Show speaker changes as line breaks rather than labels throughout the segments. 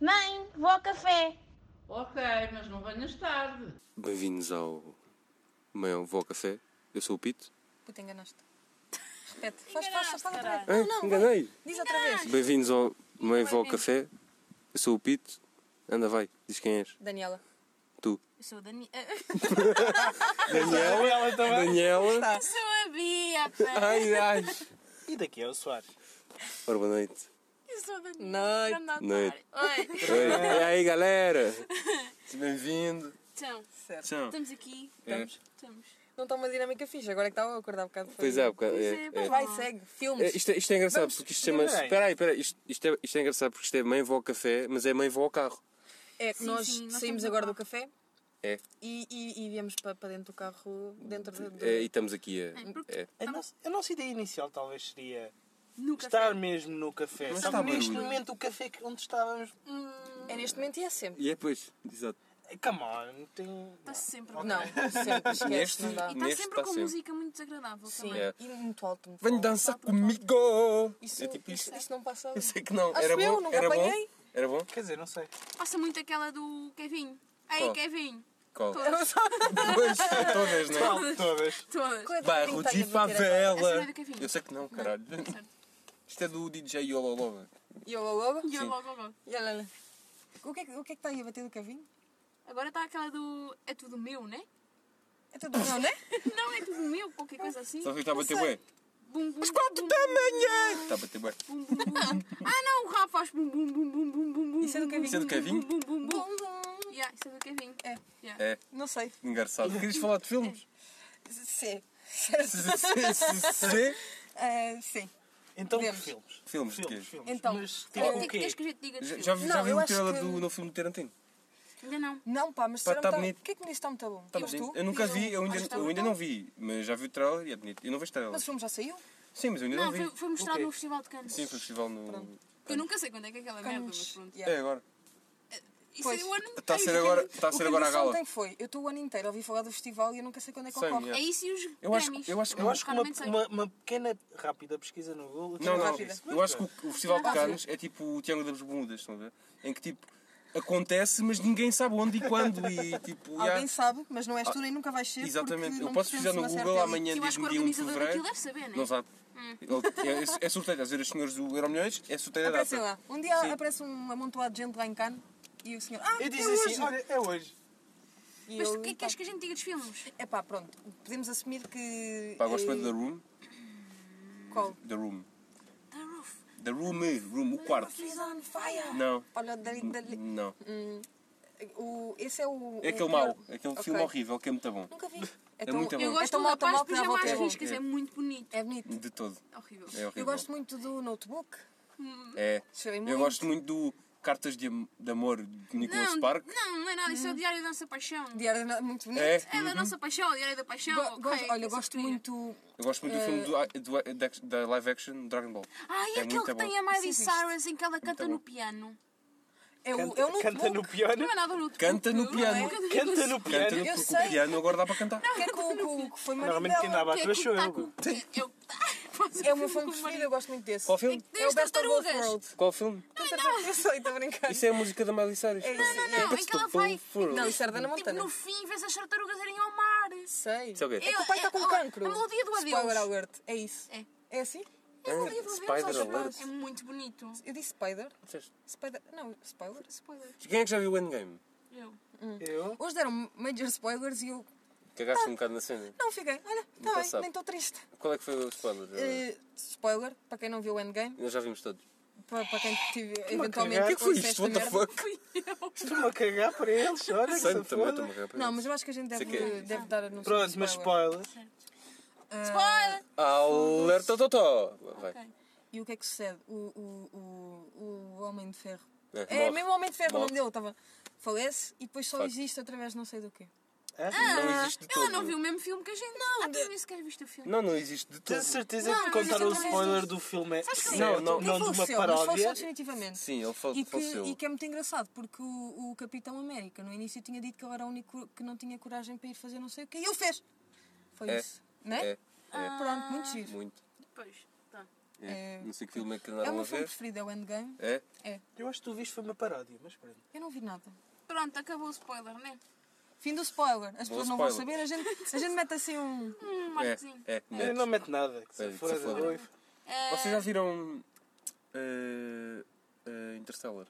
Mãe, vou ao café.
Ok, mas não venhas tarde.
Bem-vindos ao Mãe Vó Café. Eu sou o Pito.
Puta, enganaste. Repete. Faz, faz, fala outra vez.
Hã? Enganei.
Diz outra vez.
Bem-vindos ao
é
Mãe Vó
Enganaste.
Café. Eu sou o Pito. Anda, vai. Diz quem és.
Daniela.
Tu.
Eu sou a Dani.
Daniela. Daniela.
Tá.
sou a Bia, pá.
Ai, ai.
E daqui é o Soares.
Ora, boa noite.
Eu sou a Dani.
Noite.
Grande otário.
Noite.
Oi.
Oi. E aí, galera. Seja Bem-vindo.
Então,
Tchau.
estamos aqui.
É.
Estamos.
Não está uma dinâmica fixa, agora é que está a acordar um bocado.
Pois é, bocado- é,
Pois é,
é.
Mas vai, segue. Filmes.
É, isto, é, isto é engraçado porque isto chama-se.
peraí.
Espera aí, espera aí. Isto, isto, é, isto é engraçado porque isto é mãe vó café, mas é mãe vó carro.
É que
Sim,
nós
sim, nós
saímos
estamos
agora
no
do café
É.
e, e, e viemos para, para dentro do carro, dentro do... do-
É, e estamos aqui a. É.
A nossa, a nossa ideia inicial talvez seria
Nunca.
estar mesmo no café.
Mas
Só
está
que neste
barulho.
momento o café que- onde estávamos.
É neste momento e é sempre.
E é, pois. Exato.
eh, Come on, tem.
Está sempre
Não, sempre esquece,
Neste-
não dá.
E está
Neste
sempre
tá
com
sempre.
música muito desagradável
Sim,
também.
É.
e muito alto. muito
Venho
alto.
dançar comigo!
Isso,
é tipo isto.
isso, isso não passa.
Eu sei que não.
Acho
era
eu,
bom.
nunca
era
apanhei.
bom. Era bom.
Quer dizer, não sei.
Passa muito aquela do Kevin. Ei,
Qual?
Kevin.
Qual?
Todas.
Pois, talvez, não é?
Não, todas.
Todas.
Qual é a
Bairro
técnica
de
que tenho a ter
Essa não
favela.
é do Kevin.
Eu sei que não, caralho. Isto é do DJ Yololova.
agora? Yola, yola,
E eu logo, logo.
yola, yola. O que é que o que é que está aí a bater do cavinho?
Agora está aquela do. É tudo meu, né?
É tudo não, não é?
Não, é tudo meu, qualquer coisa assim.
Só que está a bater bué.
Bum, bum, bum,
tá tamanho Está a bater bué.
bum, bum, bum. Ah não, o Rafa faz bum bum bum bum bum bum bum.
Isso é do
bum,
Kevin.
Isso é do
bum,
Kevin?
Bum bum bum. bum.
Bum, bum.
Yeah, isso é do Kevin.
É.
Yeah.
É,
Não É. sei.
engraçado. Querias falar de filmes?
Sim.
Sim.
Ah, sim.
Então,
Podemos.
filmes.
Filmes de quê?
filmes, filmes.
Então,
Mas
Olha,
tipo
tem
o
que
quê?
É, queres que a gente diga de
Já,
filme?
já vi,
Não,
já vi
eu
o
acho
trailer
que-
do novo filme do Tarantino.
Ainda não.
Não, pá, mas
Pá,
será
tá
tá
bonito.
O que é que nisto está muito bom?
Tá
Mas
bonito.
tu?
Eu nunca
Diz
vi, eu ainda,
Acho que tá
eu
muito
ainda
bom.
não vi, mas já vi o trailer e é bonito. Eu não vejo trailer.
Mas o filme já saiu?
Sim, mas eu ainda não,
Não,
vi.
foi, foi mostrado
Ok.
no Festival de Cannes.
Sim, foi festival no.
Eu nunca sei quando é que é aquela merda, mas
Canos.
pronto.
É
Yeah.
agora.
Isso
Pois.
é o ano
Está Tá a ser agora, está É, a
O
ser
que
agora a
eu disse
gala.
ontem foi, eu estou o ano inteiro a ouvir falar do festival e eu nunca sei quando é que
Sim,
ocorre.
yeah.
É isso e os
Eu acho,
prémios.
eu acho que
Eu acho que uma,
Raramente sei.
uma, uma pequena rápida pesquisa no Google.
não, não,
rápida.
eu acho que o, o Festival de Cannes é tipo o Triângulo das Bermudas, estão a ver? Em que tipo acontece, mas ninguém sabe onde e quando e tipo.
Alguém
já.
sabe, mas não és tu nem nunca vais ser.
Ah, Exatamente,
porque
eu
não
posso pesquisar no
pertences a uma
Google
certa
amanhã
Eu acho que
diz-me
o
dia 1 de
organizador
fevereiro.
daquilo deve saber, né?
Não sabe.
Hum.
Ele- É, é sorteio, às vezes os senhores do Euromilhões é sorteio
elite.
da
Aparecem
data.
lá. Um dia
Sim.
aparece um amontoado de gente lá em Cannes e o senhor. Ah,
Eu
é
disse
hoje!
assim: olha, é hoje.
E
Mas
eu,
o que é que
pá,
queres que a gente diga dos filmes?
É pá, pronto, podemos assumir que.
Pá, gosto
eh,
bem da Room.
Qual?
Da Room.
The Roof.
Da Room, Room, o quarto.
She's on fire!
Não.
Olha, dali, dali,
Não.
o, esse é
É
o. o
aquele
pior.
mau, aquele filme
Ok.
horrível que é muito bom.
Nunca vi. É, tão-
muito bom.
Eu
É
gosto
tão
do
mau, tão
rapaz
mau
de
que dá a volta
pijamas
ao mundo.
riscas, é muito bonito.
É bonito.
De todo.
É horrível.
É horrível.
Eu gosto muito do notebook.
É.
Chorei
Eu
muito.
gosto muito do Cartas de, Am- de Amor de Nicholas
Não,
Spark.
não, não é nada, isso é o Diário da Nossa Paixão.
Diário é muito bonito.
É.
É da Nossa Paixão, o Diário da Paixão.
Go-
ok,
gosto- olha,
que
gosto
sofria.
muito.
Eu gosto muito do filme
Eh,
do, do- da, da live action Dragon Ball.
Ah, e
É
aquele
muito
que
bom.
tem a Miley
Sim, viste.
Cyrus em que ela canta
bom.
no piano.
É o,
Canta,
é o notebook.
canta no piano.
Não é nada no
Canta no piano.
Canta no
Canta no
piano.
Eu
porque
sei.
o piano agora dá para cantar.
Que é com, com, que foi marido
Normalmente quem
dela.
dava a
é
tua show.
eu.
É o meu filme preferido, eu gosto muito desse.
Qual filme?
É o
Das
Best of Both
Tartarugas.
Worlds.
Qual filme?
Eu sei, estou a brincar.
Isso é a música da Miley Cyrus.
É isso, Não,
Não, não, em que ela vai.
Não, isso é era da Ana
Tipo,
Montana.
no fim, vês as tartarugas irem ao mar.
Sei.
Isso é o quê?
É que o pai
Eu-
está com
eu-
cancro.
a melodia do adeus.
Spoiler alert. É isso.
É.
É assim?
É um livro,
Spider
vemos aos
Alert.
pais. É muito bonito.
Eu disse spider.
Disseste.
Spider. Não, spoiler.
Spoiler.
Quem é que já viu o Endgame?
Eu.
Eu?
Hoje deram major spoilers e eu.
Cagaste um bocado na cena.
Não, fiquei. Olha, está bem,
passado.
nem estou triste.
Qual é que foi o spoiler?
Eh, spoiler, para quem não viu o Endgame,
Nós já vimos todos.
para, para quem tive
O
eventualmente.
que é que foi
acesso a
isto?
esta
What the
merda.
fuck?
Estou-me a cagar para eles. Olha, que
Sei-me
se
também, estou-me
foda.
a cagar para
Não,
isso.
mas eu acho que a gente deve,
Sei que é.
deve dar anúncio.
Pronto,
de
mas spoilers.
Ah,
Spoiler!
Alerta Totó! Vai.
Ok.
E o que é que sucede? O, o, o, o Homem de Ferro.
É,
É,
morre.
mesmo o Homem de Ferro, o
Morre.
nome dele. Estava... Falece e depois só
Facto.
existe através de não sei do quê.
É?
Não
Ah,
existe de
Ela não
todo.
viu o mesmo filme que a gente. Não, tu nem sequer viste o filme.
Não, não existe de
Tenho
todo.
certeza
Não,
que
mas
contaram o
isso é
spoiler do filme é
que
não?
certo,
Não, não.
Tipo,
não de
faleceu,
uma
mas faleceu
paródia.
definitivamente.
Sim, ele fal-
e que,
faleceu.
e que é muito engraçado, porque o, o Capitão América no início tinha dito que ele era o único que não tinha coragem para ir fazer não sei o quê. E ele fez! Foi
É.
isso. Não é?
É, é.
Pronto, muito giro.
Muito.
Pois, tá.
É.
É.
Não sei que filme é que
É o
andaram a
meu filme
ver.
preferido, é o Endgame.
É?
É.
Eu acho que tu viste foi uma paródia, mas pronto.
Eu não vi nada.
Pronto, acabou o spoiler, né?
Fim do spoiler. As pessoas não vão saber.
spoiler.
A gente, a gente mete assim um.
Hum, Marcozinho.
É, é,
Eu
metes.
não meto nada, que
É,
se
que se
foda.
foda.
oi.
É,
Vocês já viram eh, eh, Interstellar?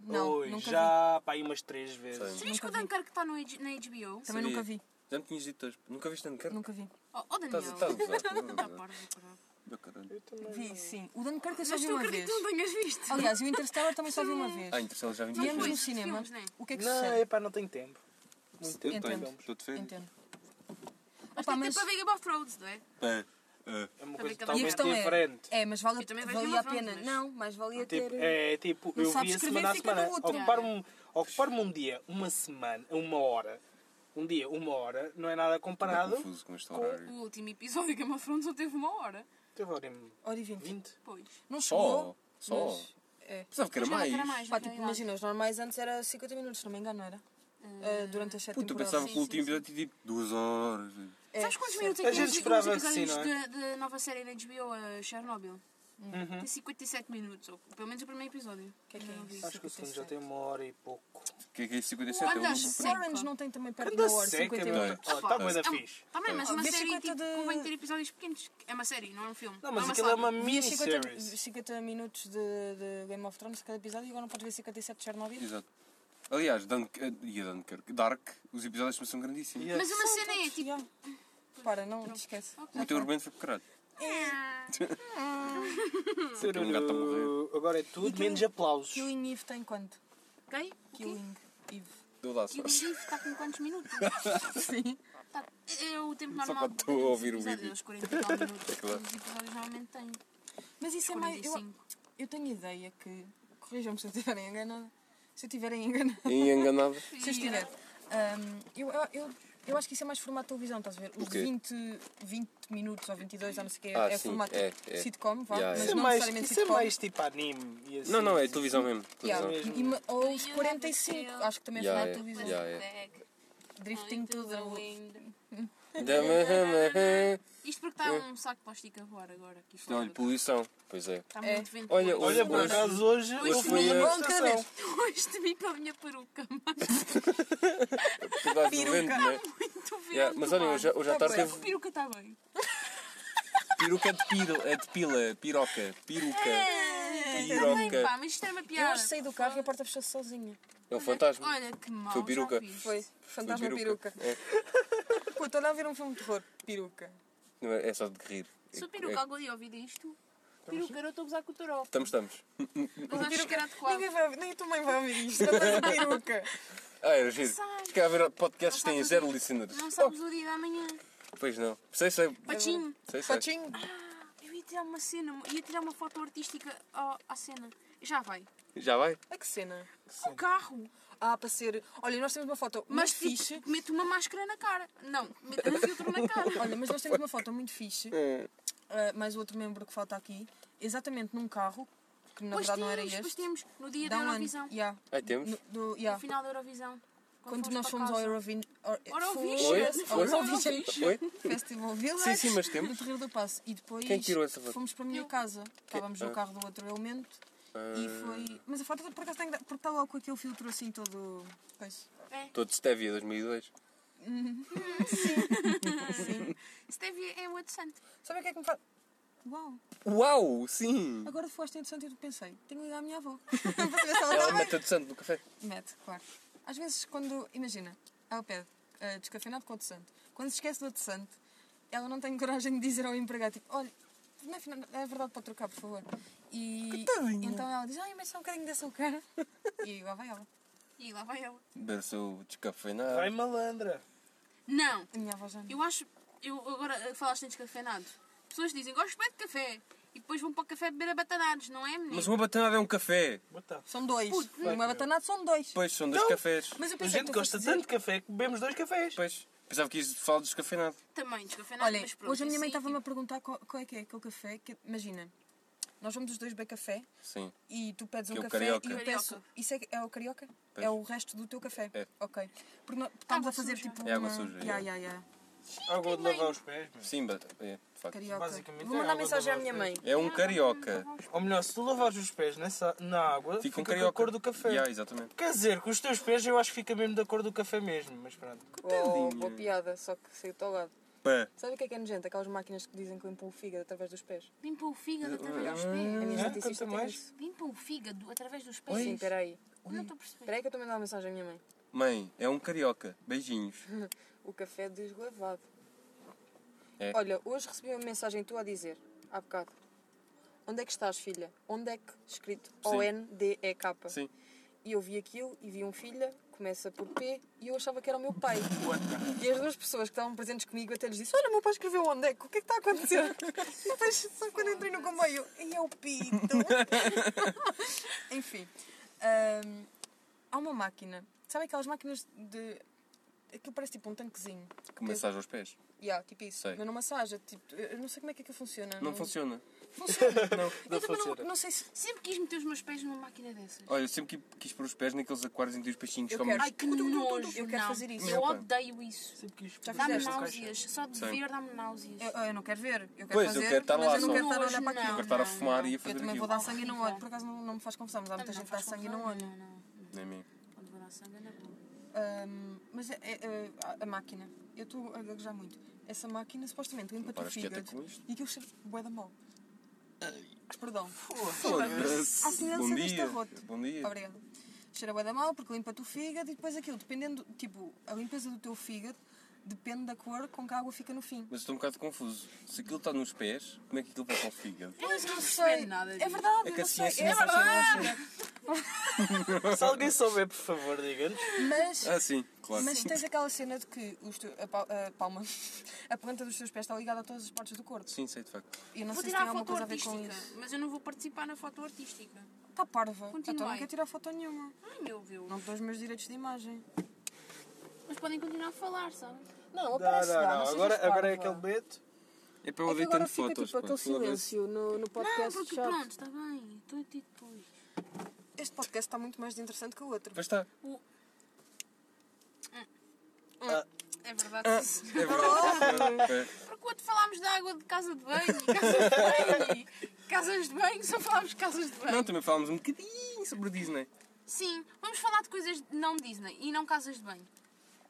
Não,
Oi,
nunca
já pá, aí umas três vezes.
Sim.
Sabias que
Nunca
o
vi.
Dunkirk está no H- na
vi.
HBO?
Também
Sabia.
nunca vi.
Já me tinhas dito hoje. Nunca viste Dunkirk?
Nunca vi.
Oh, oh Daniel.
Estás a estás a usar.
Tá parvo, caralho.
Meu caralho.
Eu também.
Vi, sim. O Dunkirk eu só
Mas
vi
tu
uma
acredito
vez.
que não tenhas visto.
Aliás, e o Interstellar também só vi uma vez.
Ah, Interstellar já vi
Não
Viemos no
foi
muitas
isso.
cinema.
filmes, né?
O que é que
Não,
sucede?
é pá, não tenho tempo. Muito tempo.
vezes. Eu tenho.
Entendo.
Estou de férias.
Entendo. Opa,
Mas tem
mas-
tempo para ver Game of Thrones, não é?
É, é.
É uma coisa
Também cada um
E a
totalmente
questão
diferente.
é, é, mas vale,
Eu também vejo
valia
Game
a
of Thrones,
pena.
mas-
Não, mas valia ter... eh,
Tipo, é tipo,
Não
eu
sabes
via
escrever,
semana a
fica no
semana.
outro.
Ocupar-me ocupar um dia, uma semana, uma hora, um dia, uma hora, não é nada
Estou
comparado.
confuso com este
Com-
O
um
horário.
último episódio de Game of Thrones só teve uma hora.
Teve hora em
Hora e vinte.
20.
Pois.
Não
Só?
chegou.
Só?
mas- é.
Pensava que era
Eu já não
mais.
quero mais.
Pá, tipo, imagina, os normais antes era 50 minutos, se não me engano, não era? Ah, durante as 7
Puta, eu
temporadas.
pensava
Sim,
que o último
sim,
episódio tinha tipo duas horas.
É,
Sabes quantos minutos é
A
que tem
gente
os os
esperava
episódios
que sim, é?
da da nova série da HBO, a Chernobyl?
Uhum.
Tem 57 minutos, ou pelo menos o primeiro episódio.
O que é que é
Ainda não vi.
isso?
Acho que o segundo já tem uma hora e pouco.
O que é que é 57? É o
Olha,
número
Os
sério?
primo.
Orange não tem também perto de
Cada
uma hora,
seca,
50
meu.
minutos.
minutos.
Oh, Tá
Opa.
bué da
É um-
fixe.
Tá bem, mas
Ah,
uma
vê
série
50
tipo,
de-
convém ter episódios pequenos. É uma série, não é um filme.
Não, mas
uma
aquilo é uma
saga.
Vias 50,
mini-series.
50 minutos de, de Game of Thrones cada episódio e agora não podes ver 57 de Chernobyl?
Exato. Aliás, Dunk, eh, e a Dunkirk, Dark, os episódios também são grandíssimos.
Yeah.
Mas uma cena é tipo.
Yeah. Para, não, te esquece.
O teu argumento foi por caralho.
É.
Tem um gato a morrer.
Agora é
E
tudo,
Killing-
menos aplausos.
Killing Eve tem quanto?
Quem? Killing.
Killing Eve.
Deu lá só.
Killing Eve está Tipo, com quantos minutos?
Sim.
Tá, é o tempo
Só
normal.
quando estou a ouvir o
dos
vídeo.
episódios, Os 40 e tal minutos.
Claro.
Os episódios normalmente têm.
Mas isso é mais. Eu,
45.
eu tenho ideia que. Corrijam-me se eu estiver enganada. Se eu estiver enganada.
E enganado.
Se eu estiver. Ahm, eu, eu, eu, eu acho que isso é mais formato de televisão, estás a ver? Os
O quê?
20, 20 minutos ou 22, já não sei o que,
Ah,
é
sim,
formato
é, é.
sitcom, vá,
Yeah,
mas
Isso é
não
mais,
necessariamente
isso é
sitcom.
mais tipo anime e assim.
Não, não, é televisão mesmo.
Yeah.
Televisão.
E ma- ou os 45, acho que também é
Yeah,
formato de
yeah,
televisão.
yeah.
Drifting to the
wind.
Dama-
Isto porque
É.
está um saco de plástico a voar agora. Aqui
Não,
fora.
olha, poluição. Pois é.
Está
É.
muito vento.
Olha,
hoje.
Olha, por
Hoje-
acaso hoje eu
foi
fui
a-
a
Bom, cada vez.
manifestação.
Hoje te vi pela minha peruca, mas
Por causa do vento, não é?
muito vento.
Yeah, Mas olha,
mano.
hoje, hoje à
Tá
tarde
bué.
A
teve
peruca está bem.
peruca de piro, é de pila, piroca, peruca.
Tá bem,
Piroca.
pá, mas isto é uma
É. Eu
piada.
hoje saí do carro e a porta fechou sozinha.
É um fantasma.
Olha que mal.
Foi É. peruca.
Foi. Fantasma
Foi
peruca. Pô, estou lá a ver um filme de terror. Peruca.
Não é, é só de rir.
Se o
É-
peruca
é-
algum dia ouvir isto, peruca, eu estou a gozar com o toró.
Estamos, estamos.
Mas acho que era adequado.
Ninguém vai ouvir- nem a tua mãe vai ouvir isto. Ela faz a peruca.
Ah, era giro.
Sai.
Se calhar haver podcasts que
Não
têm
sabes
zero
o-
listeners.
Não sabes o dia da manhã.
Oh, pois não. Sei, sei.
Patinho.
Sei, sei.
Patinho.
Eu ia tirar uma cena, ia tirar uma foto artística à, à cena. Já vai.
Já vai?
A Ah, que cena?
O carro.
Ah, para ser. Olha, nós temos uma foto
Mas
muito fixe.
tipo, mete uma máscara na cara. Não, mete um filtro na cara.
Olha, mas nós temos uma foto muito fixe.
É.
Ah, mais outro membro que falta aqui. Exatamente num carro, que na
Pois
verdade
temos,
não era
pois
este.
temos, no dia
Dá
da
um ano.
Eurovisão.
Yeah.
Aí temos.
No, do,
No
yeah.
final da Eurovisão.
Quando nós fomos ao
para casa.
Eurovin... Or-
Eurovision?
Oi?
Fomos
Oi?
ao Eurovision
Oi?
Festival Village.
Sim, sim, mas temos.
No Terreiro do Passo. E depois
Quem tirou essa foto?
fomos para a minha casa. Estávamos no
Ah.
carro do outro elemento. E foi... Mas a foto por acaso tem... gra- Porque está logo com aquele filtro assim todo... Pois.
É.
Todo Stevia 2002.
Stevie é o adoçante.
Sabe o que é que me faz... Uau!
Uau, sim!
Agora foste interessante e eu pensei, tenho que ligar à minha avó. Para saber se
Ela
ela está bem.
mete a santo no café.
Mete, claro. Às vezes, quando. Imagina, ao pé, eh, descafeinado com o adoçante. Quando se esquece do adoçante, ela não tem coragem de dizer ao empregado: tipo, olha, não é, fina- é verdade para trocar, por favor. E. Então ela diz: ai, mas só um bocadinho de açúcar. e lá vai ela.
E lá vai ela.
Berçou
Vai
descafeinado.
malandra.
Não,
A minha avó já não.
Eu acho. Eu agora eh, falaste em descafeinado. Pessoas dizem gosto bem de café e depois vão para o café beber abatanados, não é, menino?
Mas uma batanada é um café.
Bota.
São dois.
Puto,
não é batanado, são dois.
Pois, são dois
Não.
cafés.
Mas eu
A
pensei
gente
tu
gosta
fosses
tanto
dizer-
de café que bebemos dois cafés.
Pois. Pensava que ias falar de descafeinado.
Também descafeinado,
Olha,
mas pronto.
hoje a minha mãe
assim,
estava-me a
tipo,
perguntar qual, qual é que é aquele café. Que, imagina, nós vamos os dois beber café
Sim.
e tu pedes
Que
um
é o
café
carioca.
e eu
Carioca.
peço. Isso é, é o carioca?
Pois.
É o resto do teu café?
É.
Ok. Porque nós, estamos
Água
a fazer
suja.
tipo.
É água
uma-
suja,
Ya,
é.
ya, ya.
Água de lavar os pés, meu.
Sim, but- é, de facto.
Carioca.
Basicamente,
Vou
é
mandar
água
mensagem à
da
minha
voz
mãe.
É um carioca.
Ou melhor, se tu lavares os pés nessa, na água,
Fica
fica,
um
com
carioca.
a cor do café.
Yeah, exatamente.
Quer dizer, com os teus pés eu acho que fica mesmo da cor do café mesmo, mas pronto.
Oh,
Tadinha.
boa piada, só que saiu-te ao lado.
Pá.
Sabe o que é que é nojento? Aquelas máquinas que dizem que limpam o fígado através dos pés.
Limpa o fígado através dos
A
pés. é
minha
Ah,
esteticista
conta
tem
mais.
isso.
Limpa o fígado através dos pés.
Sim, peraí.
Não estou a perceber.
Peraí que eu estou a mandar uma mensagem à minha mãe.
Mãe, é um carioca. Beijinhos.
O café deslavado.
É.
Olha, hoje recebi uma mensagem tua a dizer, há bocado. Onde é que estás, filha? Onde é que? Escrito
Sim.
O-N-D-E-K.
Sim.
E eu vi aquilo e vi um filha, começa por P, e eu achava que era o meu pai. E as duas pessoas que estavam presentes comigo até lhes disse: Olha, o meu pai escreveu onde é? que- O que é que está a acontecer? E depois, só quando entrei no comboio, e é o Pito. Enfim, hum, há uma máquina. Sabe aquelas máquinas de. Aquilo parece tipo um tanquezinho.
Com massagem aos pés.
Yeah, tipo isso.
Sei.
Mas não massagem. Tipo, eu não sei como é que aquilo funciona.
Não funciona.
Funciona.
Não
eu também não,
funciona.
não sei se.
Sempre quis meter os meus pés numa máquina dessas.
Olha, eu sempre qui- quis pôr os pés naqueles aquários em que os peixinhos
Eu
comem.
quero.
Ai, que nojo.
Eu quero
não.
fazer isso.
Eu
Opa.
odeio isso.
Sempre quis
Já
Dá-me
fizeste?
náuseas. Só de
Sim.
ver dá-me náuseas.
Eu, eu não quero ver. Eu quero
Pois, eu
fazer,
quero estar
mas
lá
eu não
só.
quero estar a olhar
Nojo,
para aquilo.
não.
Quero estar a fumar e a
Eu
fazer
também
aquilo.
vou dar sangue e não olho.
Horrível.
Por acaso não, não me faz confusão, mas há muita
Também
gente
não
que dá
faz
sangue e
confusão
não olha.
nenhuma, não.
Nem a mim.
Quando vou dar sangue é na boa.
Ahm, mas é, é, é, a- a máquina, eu estou a gaguejar muito. Essa máquina supostamente limpa-te o
paras quieta
fígado
com isto.
e aquilo cheira de bué da mal. Perdão. À
Foda-se.
semelhança
Bom
deste
dia.
arroto.
Bom dia.
Obrigada. Cheira bué da mal porque limpa-te o fígado e depois aquilo, dependendo, tipo, a limpeza do teu fígado depende da cor com que a água fica no fim.
Mas estou um bocado confuso. Se aquilo está nos pés, como é que aquilo vai para o fígado?
Mas não
Não
percebo nada
É
disso.
verdade,
É
eu
que a
não sei.
ciência
É
não funciona
verdade.
Se alguém souber, por favor, diga-nos.
Mas
Ah, sim, claro.
Mas tens aquela cena de que os teu- a, pal- a palma, a planta dos teus pés está ligada a todas as partes do corpo.
Sim, sei de facto.
E eu não
Vou
sei se tem
tirar a
alguma
foto
coisa a ver com
artística,
isso.
mas eu não vou participar na foto artística.
Está parva.
Continuem.
Então não quero tirar foto nenhuma.
Ai meu Deus.
Não dou os meus direitos de imagem.
Mas podem continuar a falar, sabe?
Não, aparece lá. Não,
Agora,
sejas
agora é
parva.
aquele bilhete.
É para eu
É que agora
deitando
fica
fotos.
tipo
pá,
aquele
foda-se.
silêncio no, no
Não,
podcast
porque
chato.
pronto, está bem. Estou a ti depois.
Este podcast está muito mais interessante que o outro.
Pois está.
O-
Ah.
É verdade. sim, senhor.
É
Oh!
verdade.
Porque quando falámos da água de casa de banho, casas de banho, casas de banho, só falámos de casas de banho.
Não, também falámos um bocadinho sobre Disney.
Sim, vamos falar de coisas não Disney e não casas de banho.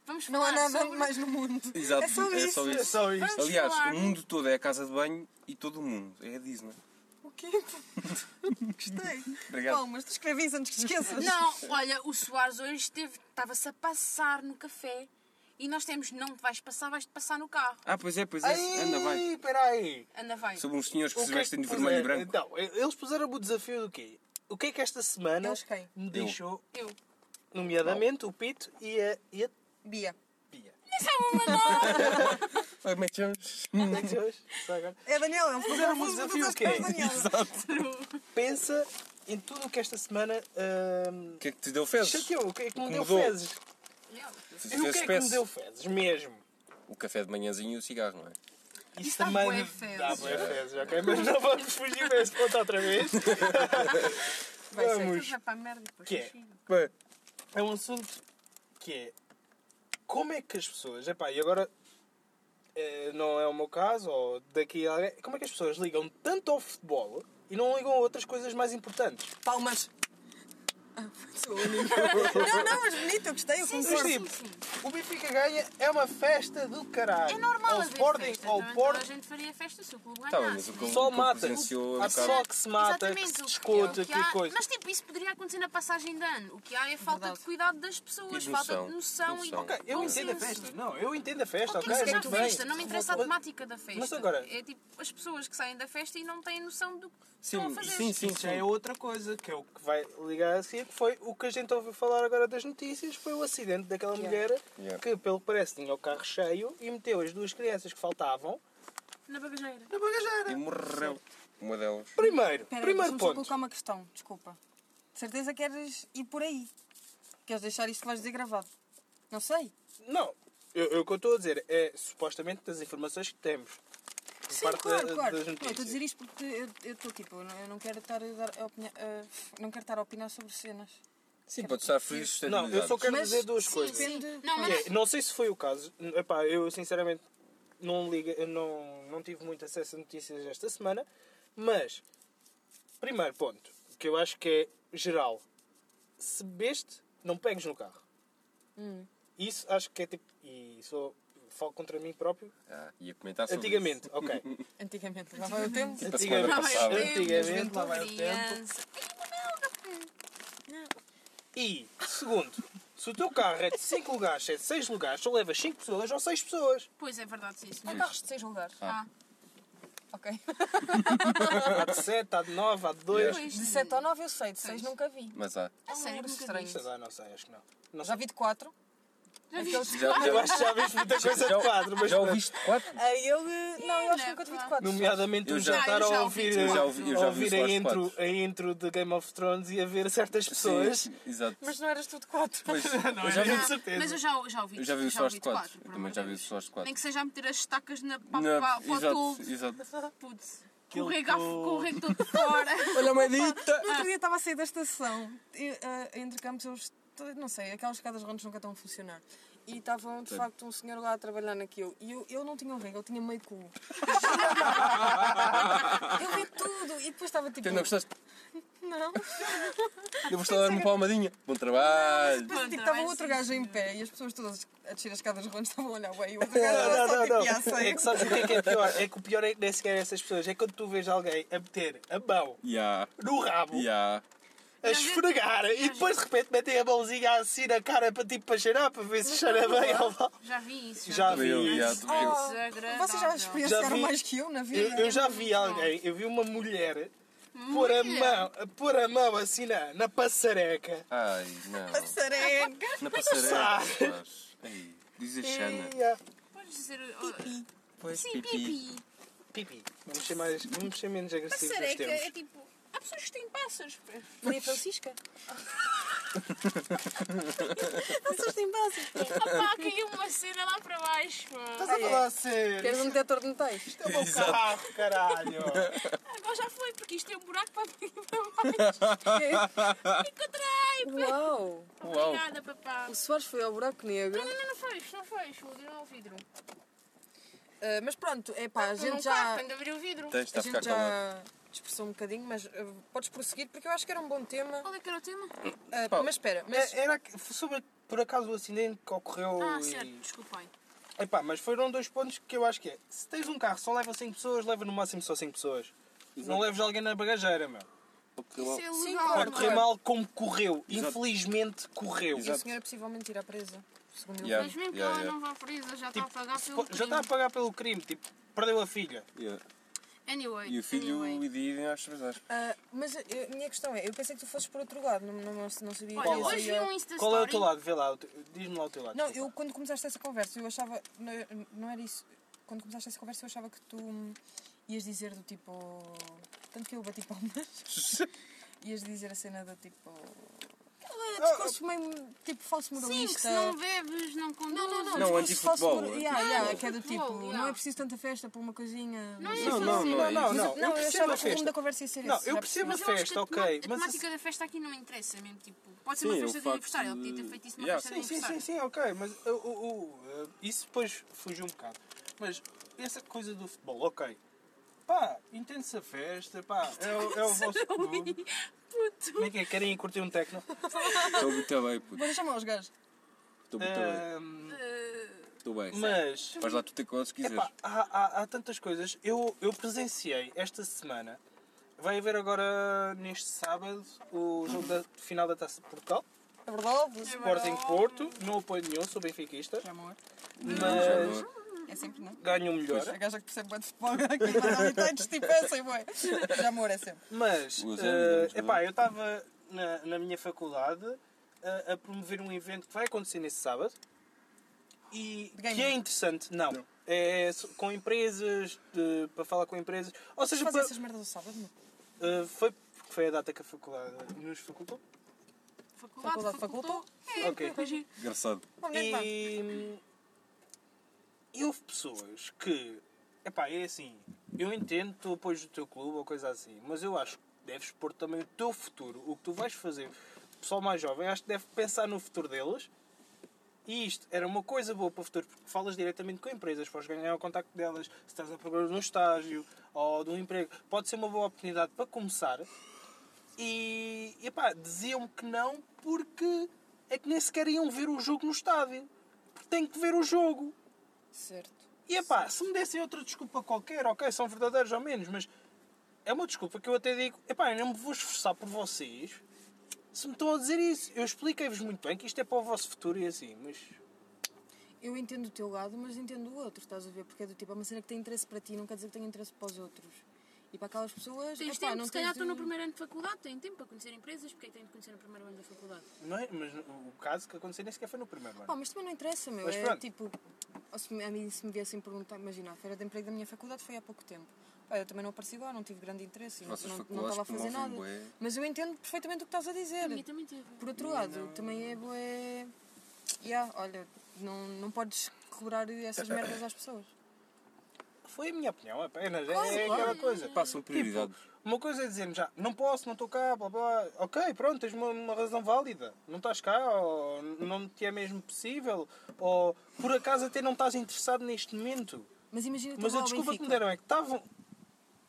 Vamos
Não há
falar
nada
sobre...
mais no mundo.
Exato,
É só isso.
É só isto.
Vamos
Aliás,
falar-
o mundo todo é a casa de banho e todo o mundo é a Disney.
O quê? Gostei.
Obrigado.
Palmas, tu escrevi isso antes que esqueças.
Não, olha, o Soares hoje esteve- estava-se a passar no café e nós temos, não te vais passar, vais-te passar no carro.
Ah, pois é, pois é. Anda, vai.
Ai, espera aí.
Anda, vai.
Sobre uns senhores que
O
se
é
vestem de
puseram?
vermelho e branco.
Então, eles puseram o desafio do quê? O que é que esta semana
Eles quem?
me deixou,
Eu.
nomeadamente o Pito e a, e a
Bia.
Pia.
Isso é uma nova!
Ai, como é que chamas?
Só agora.
É Daniela, é um
Fizeram um
programa
desafio, o quê? Pensa em tudo o que esta semana hum,
O que é que te deu fezes?
chateou. O que é que me
que
deu
mudou?
fezes?
Se
E o que
fizesse
é que me
espécie.
deu fezes mesmo?
O café de manhãzinho e o cigarro, não é?
Isso
dá
também
bué fezes.
dá bué fezes, ok? Mas não vamos fugir desse ponto outra vez. Vamos.
Vai para a merda depois. assim.
Que é?
chega.
é um assunto que é como é que as pessoas, epá, e agora eh, não é o meu caso, ou daqui a alguém, como é que as pessoas ligam tanto ao futebol e não ligam a outras coisas mais importantes?
Palmas. não, não, mas bonito, eu gostei, eu
Sim,
Mas,
concordo.
sim,
tipo,
sim.
O Benfica ganha, é uma festa do caralho.
É normal
Ao
haver
Sporting,
festa.
ao
também toda
Porto,
a gente faria festa se o clube
Tá bem, mas o
ganhasse. não é?
clube-
só
que
mata.
presenciou,
Há
acaba.
pessoal que se mata, que
Exatamente,
se
o
discute,
o
que,
há-
coisa.
Mas tipo, isso poderia acontecer na passagem de ano. O que há é falta
Verdade.
de cuidado das pessoas,
E de
falta de
noção.
noção,
Noção.
Ok, eu
bom
entendo a
senso.
festa. Não, eu entendo a festa,
Ou
tá ok?
tem que ser
muito
a festa,
bem.
não me interessa a
Mas-
temática da festa.
Mas agora-
É tipo, as pessoas que saem da festa e não têm noção do que
Sim,
estão a fazer.
sim, sim.
Isso já é outra coisa, que é o que vai ligar a seguir, que foi o que a gente ouviu falar agora das notícias, foi o acidente daquela mulher
Yeah.
que, pelo que parece, tinha o carro cheio e meteu as duas crianças que faltavam
Na bagageira.
na
E
bagageira.
morreu. Uma delas.
Primeiro,
Espera aí,
primeiro
deixa-me só
ponto.
colocar uma questão, desculpa. De certeza queres ir por aí. Queres deixar isto que vais dizer gravado. Não sei.
Não, eu, eu, o que eu estou a dizer é supostamente das informações que temos. Por
Sim,
parte
claro,
da-
claro.
das
Não,
notícias.
estou a dizer isto porque eu eu estou tipo, eu não- eu não quero estar a dar a opinião, a- não quero estar a opinar sobre cenas.
Sim, pode estar
é
feliz
Não, eu só quero
Mas-
dizer duas
sim,
coisas.
sim.
Que
Não, mas
é, não sei se foi o caso, epá, eu sinceramente não, liga, não, não tive muito acesso a notícias esta semana, mas, primeiro ponto, que eu acho que é geral: se beste, não pegues no carro.
Hum.
Isso acho que é tipo. E sou, falo contra mim próprio.
Ah, ia comentar sobre
Antigamente, ok.
Antigamente, lá vai o tempo.
a semana
Antigamente,
passada.
antigamente, lá vai o tempo.
Criança.
E, segundo, se o teu carro é de 5 lugares, é de 6 lugares, só levas 5 pessoas ou 6 pessoas.
Pois é verdade isso.
Há
Então,
carros de seis lugares.
Ah,
Ok.
Há de 7, há de 9, há de 2.
Pois.
De 7 ou 9 eu sei, de 6
Pois.
nunca vi.
Mas ah, há.
É um
sério,
número
nunca
estranho.
vi.
Sei lá, não sei, acho que não. não
Já
sei.
vi de Então, 4.
já viste?
Já,
Ah, Eu
já,
acho que já viste muita coisa
já,
de quadro, mas
já ouviste quatro?
Aí eu. eh, Não, eu acho que
né,
nunca te vi de
pá.
4.
Nomeadamente
Eu
um
já-
jantar
Ah, eu já
a
ouvi
ouvir,
de
a- a
quatro. Eu já ouvi-
eu já ouvi
ouvir
só
a,
as
intro,
quatro.
a intro de Game of Thrones e a ver certas pessoas.
Sim, exato.
Mas não eras tu de 4.
Pois, eu, já
era
vi,
isso.
Ah,
certeza.
Mas eu já, já ouvi.
eu já vi os
ouvi
sós de
de
quatro.
quatro,
Eu
por
também
amor
já
de
vi os
Deus.
sós de
Nem
quatro.
que seja a meter as estacas na pá,
Na-
pá, pá,
Exato,
tudo.
exato.
Putz,
Aquele
correga
tubo.
correga todo fora.
Olha a moedita!
Ah.
No outro dia estava a sair da estação, e, ah, entre campos, eles, t- não sei, aquelas escadas rondas nunca estão a funcionar. E estava de
Sim.
facto um senhor lá a trabalhar naquilo. E eu, eu não tinha um rego, eu tinha meio cu. eu vi tudo. E depois estava tipo.
Tu não gostaste?
Não.
Eu vou estar a dar uma palmadinha. Bom trabalho!
Depois tipo,
não
estava
é
outro
assim,
gajo em pé e as pessoas todas a descer as escadas rondas estavam a olhar, ué, e o outro
Não,
gajo estava
não,
só tipo
não,
e a
não. É
sair.
que sabes o que é que é pior? É que o pior é que nem sequer essas pessoas. É quando tu vês alguém a meter a mão
Ya,
no rabo,
ya.
a esfregar, e depois de repente metem a mãozinha assim na cara para tipo para cheirar, para ver se cheira bem ou mal.
Já vi isso.
Já
vi.
vi.
Eu, ya, tu- eu.
Desagradável.
Oh, Vocês já experienciaram
Já vi-
mais que eu na vida?
Eu, eu já vi alguém, eu vi uma mulher pôr a mão, pôr a mão assim na, na passareca.
Ai, não. é
Sarega.
Na passareira.
Sabe?
rapaz. Ei, Diz a Xana.
E, ah,
Podes dizer. oh,
Pois,
Sim, pipi.
pipi. Vamos ser, mais, vamos ser menos agressivos nos
Passareca é
termos.
tipo. Há pessoas que têm pássaros.
Maria Francisca? Não sou sem base.
Papá, caiu uma cena lá para baixo. pá.
Estás a falar a sério?
Queres um detetor de metais?
Isto é o meu carro, caralho.
Agora já foi, porque isto tem um buraco para mim para baixo. Encontrei!
Uau!
Uau.
Obrigada, papá.
O Soares foi ao buraco negro.
Não, não, não, não foi isto, não foi isto. Não é o vidro.
Ah, mas pronto, é pá, a
Estou num
gente
carro,
já.
quando abrir o vidro.
Tens de
A
a ficar
gente
calado.
já dispersou um bocadinho, mas ah, podes prosseguir porque eu acho que era um bom tema.
Qual é que era o tema?
Ah,
Pá.
mas espera, mas.
É- Era que- sobre, por acaso, o acidente que ocorreu.
Ah,
e-
certo, desculpem.
Epá, mas foram dois pontos que eu acho que é. Se tens um carro, só leva 5 pessoas, leva no máximo só 5 pessoas. Não leves alguém na bagageira, meu.
Isso é
Sim,
legal.
Pode
claro.
correr mal como correu.
Exato.
Infelizmente correu.
E o
Exato.
senhor é possivelmente ir à presa, segundo
Yeah.
Mas mesmo que
Yeah,
ela
yeah.
não vá presa, já está a pagar
Se
pelo
po- Já está a
um crime.
pagar pelo crime, tipo, perdeu a filha.
Ya.
Anyway,
E o filho
anyway.
idem às três
Ah, mas a, a minha questão é, eu pensei que tu fosses por outro lado, não, não, não sabia que
Olha,
isso
hoje vi
ia-
um Insta
Qual é o teu
story.
lado? Vê lá, o teu- diz-me lá o teu lado.
Não, eu
desculpa.
quando começaste essa conversa, eu achava. Não, não era isso. Quando começaste essa conversa, eu achava que tu hum, ias dizer do tipo. Tanto que eu bati palmas. ias dizer a cena do tipo. Aquele discurso meio tipo falso
Sim,
moralista.
que se não bebes, não conduzes.
não, não, não,
Não,
discurso falso
anti-futebol,
mora- Yeah, yeah,
anti-futebol.
que é do tipo.
Futebol, yeah.
Não é preciso tanta festa para uma coisinha.
Não é
Não,
isso,
não,
assim.
não, não,
Mas
não.
Não,
eu
eu,
percebo
achava
a
que o rumo da
festa.
conversa ia ser
Não,
esse.
eu
já
percebo a
Mas eu acho que
festa,
a
ok.
tema- a
Mas
temática
assim-
da festa aqui não interessa mesmo. Tipo, pode ser
Sim,
uma
é o
festa de
facto
aniversário. Ele
de-
podia ter feito isso numa
Yeah.
festa
Sim,
de
sim, sim,
aniversário.
sim, ok. Mas uh, uh, uh, uh, isso depois fugiu um bocado. Mas essa coisa do futebol, ok. Pá, entende-se a festa, pá. É, o- é o vosso clube.
Puto.
Como é que é? Querem ir curtir um tecno?
Estou muito bem, puto.
Vou deixar mal os gajos.
Estou muito bem.
Ahm,
Estou bem.
Eh, mas,
Faz lá tu ter quantos quiseres.
epá, há, há, há tantas coisas. Eu, eu presenciei esta semana. Vai haver agora, neste sábado, o jogo da final da Taça de Portugal.
É verdade?
Sporting Porto. Não apoio nenhum, sou benfiquista.
Já amor.
Mas
É sempre não.
ganho o
A
melhor.
gaja que percebe bem de futebol aqui para
então
habitantes, tipo, é sem bué. Já amor, é sempre.
Mas,
Os
eh,
amigos,
epá, eu estava na, na minha faculdade a, a promover um evento que vai acontecer nesse sábado. E
De gaming.
que é interessante. Não. É so- com empresas, de- para falar com empresas. Ou
Vocês
seja,
fazem
para-
essas merdas no sábado? não?
Uh, foi porque foi a data que a faculdade nos facultou.
Faculdade,
Faculdade, facultou.
É,
Ok.
foi giro.
Engraçado.
Vamos ver, então. vá.
E, hum, e houve pessoas que. Epá, é assim. Eu entendo tu apoias o teu clube ou coisa assim, mas eu acho que deves pôr também o teu futuro, o que tu vais fazer. O pessoal mais jovem, acho que deve pensar no futuro deles E isto era uma coisa boa para o futuro, porque falas diretamente com empresas, podes ganhar o contacto delas, se estás a procurar um estágio ou de um emprego, pode ser uma boa oportunidade para começar. E, epá, diziam-me que não porque é que nem sequer iam ver o jogo no estádio. Porque tem que ver o jogo.
Certo.
E epá, se me dessem outra desculpa qualquer, ok, são verdadeiros ou menos, mas é uma desculpa que eu até digo, epá, eu não me vou esforçar por vocês se me estão a dizer isso. Eu expliquei-vos muito bem que isto é para o vosso futuro e assim, mas
Eu entendo o teu lado, mas entendo o outro, estás a ver? Porque é do tipo, é uma cena que tem interesse para ti, não quer dizer que tenha interesse para os outros. E para aquelas pessoas.
Tens
epá,
tempo,
não
é, se calhar
tens
estou no
de-
primeiro ano de faculdade, tenho tempo para conhecer empresas, porque é que tenho de conhecer no primeiro ano da faculdade?
não é? Mas o caso que aconteceu nem sequer foi no primeiro
Pá,
ano.
mas também não interessa, meu.
Mas
é
pronto.
tipo, ou se me- a mim se me viessem perguntar, imagina, a feira de emprego da minha faculdade foi há pouco tempo. Pá, eu também não apareci lá, não tive grande interesse, não,
As vossas
não, não
faculdades
estava a fazer nada.
promovem bué.
Mas eu entendo perfeitamente o que estás a
A
dizer.
minha também teve.
Por outro lado, também é bué. Yeah, olha, não, não podes cobrar essas merdas às pessoas.
Foi a minha opinião apenas, é,
Claro,
é
claro.
aquela coisa.
Passam prioridades.
Uma coisa é dizer-me já, não posso, não estou cá, blá blá. Ok, pronto, tens uma, uma razão válida. Não estás cá, ou não te é mesmo possível, ou por acaso até não estás interessado neste momento.
Mas imagina que
Mas
estava
a
lá o
desculpa que me
Benfica.
deram é que estavam.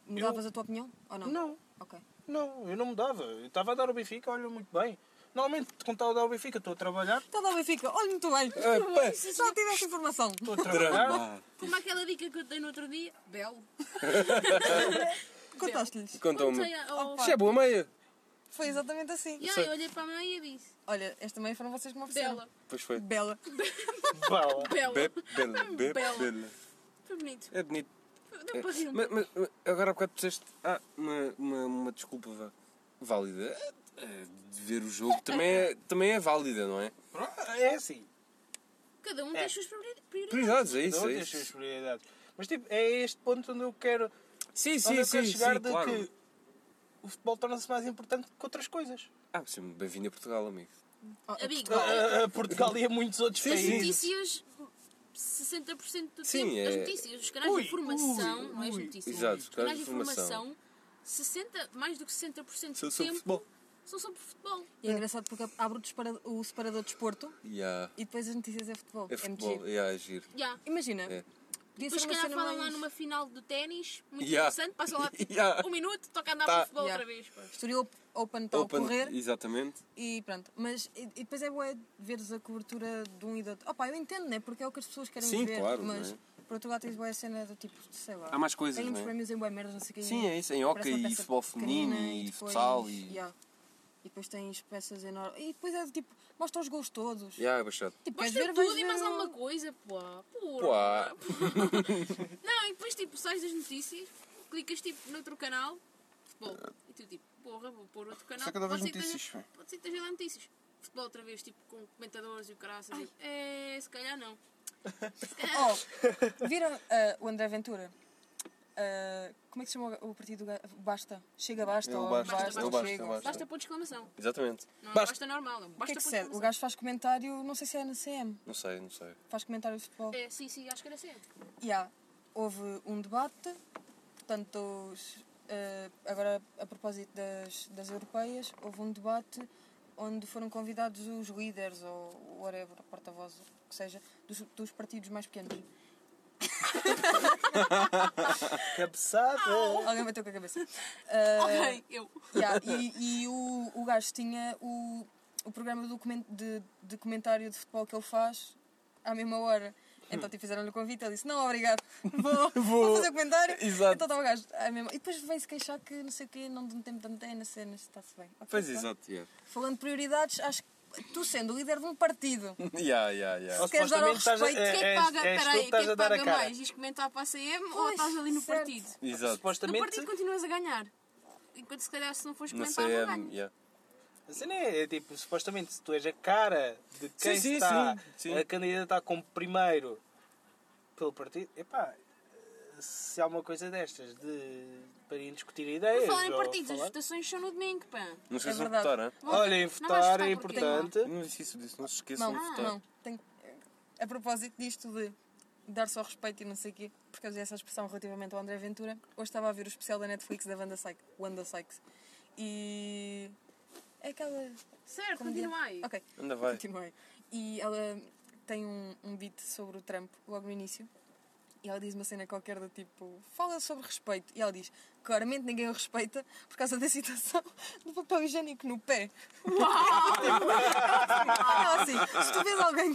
Mudavas a tua opinião ou não?
Não,
Ok.
não, eu não mudava. Eu estava a dar o Benfica, olha muito bem. Normalmente, quando estava a dar o Benfica, estou a trabalhar,
Então lá o Benfica, olha muito bem.
Epá.
Só tiveste informação.
estou a trabalhar.
Como aquela dica que eu te dei no outro dia, Belo.
Contaste-lhes.
Contam-me.
Contei ao-
Isto é boa meia.
Foi exatamente assim.
E aí, eu olhei para a mãe e disse,
Olha, esta meia foram vocês que me ofereceram.
Bela,
Pois foi.
Bela.
Bala.
Bela.
Bebe, bela, bebe,
Bela.
bela.
Foi bonito.
É bonito.
Deu para rir um
Mas, mas- mas agora há bocado disseste ah, uma, uma, uma desculpa vá- válida. Eh, De ver o jogo também é, também é válida, não é?
Pronto, É assim.
Cada um
É.
tem as suas priori-
Prioridades,
prioridades.
é
Cada
isso.
um
É
tem as suas
isso.
prioridades. Mas tipo, é este ponto onde eu quero,
Sim,
onde
sim,
eu quero
sim,
chegar
sim,
de
claro.
que o futebol torna-se mais importante que outras coisas.
Ah, sim, bem-vindo a Portugal, amigo.
Oh,
Ah,
Amigo,
A, a- a Portugal e a muitos outros
as
países.
é, notícias, 60% do
Sim,
tempo, as
é-
notícias, os canais
Ui,
de informação,
ui,
não é as
ui.
notícias,
Exato,
os canais de informação, 60, mais do que 60% do tempo são sobre futebol.
E é engraçado porque abre o, dispara- o separador de desporto
Yeah.
e depois as notícias é futebol.
É futebol,
MG.
yeah, é giro.
Yeah.
Imagina.
É.
Podia
Depois,
ser
se
uma
calhar,
cena
falam lá
mais-
numa final do ténis, muito
Yeah.
interessante, passam lá tipo,
Yeah.
um minuto, toca a andar
Tá.
para o futebol
Yeah.
outra vez. pá.
Estoril Open está a correr
exatamente.
e pronto. Mas e, e depois é bué veres a cobertura de um e do outro. Opa, eu entendo, né? Porque é o que as pessoas querem
Sim,
ver.
claro,
mas
não
por outro lado tens bué a cena do tipo, sei lá.
Há mais coisas,
Ganhamos
não é?
prémios em bué merdas, não sei o que.
Sim, é isso, em hóquei e futebol feminino e futsal e-
Yeah. E depois tens peças enormes. E depois é do tipo, mostra os gols todos.
Yeah, é baixado.
Tipo, queres ver,
Mostra tudo
vais
e mais
ver
alguma
o-
coisa, pá.
Pá.
Porra. não, e depois tipo, sais das notícias, clicas tipo noutro canal, futebol. E tu tipo, porra, vou pôr outro canal.
Só cada vez
Pode ser que
notícias,
esteja-
pá.
Pode ser que esteja lá notícias. Futebol outra vez, tipo, com comentadores e o caraças. Eu, É, se calhar não.
Oh, viram ah, o André Ventura? Ah, como é que se chama o partido? do ga- Basta? Chega Basta?
É o
ou
Basta,
é o
Basta,
Chega.
é o Basta.
Basta pôr exclamação.
Exatamente.
Não é
Basta.
basta normal, é um
O que
basta
é que
pôr
se é? O
exclamação.
gajo faz comentário, não sei se é na CM,
Não sei, não sei.
faz comentário de futebol.
É, sim, sim, acho que era certo.
E há, houve um debate, portanto, os, ah, agora a propósito das, das europeias, houve um debate onde foram convidados os líderes ou whatever, porta-voz, o que seja, dos, dos partidos mais pequenos.
Cabeçada.
Ah,
Alguém bateu com a cabeça. Ah,
Alguém, eu.
Yeah, e e o, o gajo tinha o, o programa do comen- de, de comentário de futebol que ele faz à mesma hora. Então tipo, fizeram-lhe o convite, ele disse, não, obrigado, vou, vou. fazer o comentário.
Exato.
Então estava o gajo à mesma. E depois veio-se queixar que não sei o quê, não dão tempo de antena, cenas, está-se bem. Ok,
Pois,
pronto.
exato. Yeah.
Falando de prioridades, acho que tu sendo o líder de um partido,
Yeah, yeah, yeah.
Ou
se queres dar ao
supostamente estás a-
respeito,
é-
Quem
é-
é que paga?
és tu que
Peraí, quem é
estás
que
a dar
paga
a cara.
mais? Diz comentar para a CM ou
Pois,
estás ali no
certo.
partido?
Exato.
No
Supostamente.
partido continuas a ganhar. Enquanto se calhar se não fores
Não
comentar,
sei,
não
é.
ganho.
yeah.
A cena é, é tipo, supostamente, se tu és a cara de quem
sim,
está
sim, sim.
a candidatar como primeiro pelo partido, epá, se há uma coisa destas de para ir discutir ideias.
Por falar em
ou
partidos, as
É, falar-
votações são no domingo, pá.
Não
É
esqueçam de
verdade.
votar, hein?
Vão ver.
Olha, em
Não vais
votar é
porque-
importante.
Eu Não disse isso, disse. Não se esqueçam
não, Ah,
de votar.
não, tenho, a propósito disto de dar-se ao respeito e não sei o quê, porque eu usei essa expressão relativamente ao André Ventura, hoje estava a ver o especial da Netflix da Wanda Sykes, Wanda Sykes e é aquela...
Certo,
como dizer?
continuai.
Ok,
Ainda vai.
continuei. E ela tem um, um beat sobre o Trump logo no início. E ela diz uma cena qualquer do tipo: fala sobre respeito. E ela diz: claramente ninguém o respeita por causa da situação do papel higiênico no pé. Uau! assim, se tu vês alguém,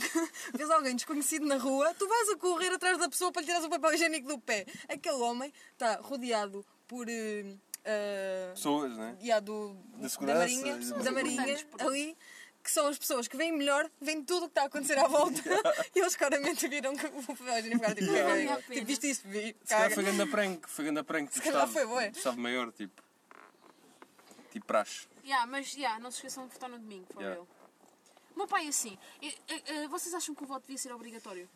vês alguém desconhecido na rua, tu vais a correr atrás da pessoa para lhe tirar o papel higiênico do pé. Aquele homem está rodeado por. eh, eh,
Pessoas, né?
e há do,
Da
da
segurança,
Marinha,
e
da
da-
Marinha
Importantes, pronto.
ali, que são as pessoas que veem melhor, veem tudo o que está a acontecer à volta e eles claramente viram que o papel higiênico era tipo,
valia
"Caga,
a pena."
tipo, viste isso, vi,
Se calhar
caga."
foi ganda prank, foi ganda prank. Se
calhar foi, bué.
Gustavo maior, tipo. Tipo praxe.
Yeah, mas yeah, não se esqueçam de votar no domingo, por
Yeah.
eu. O meu pai é assim. e- e- e, vocês acham que o voto devia ser obrigatório?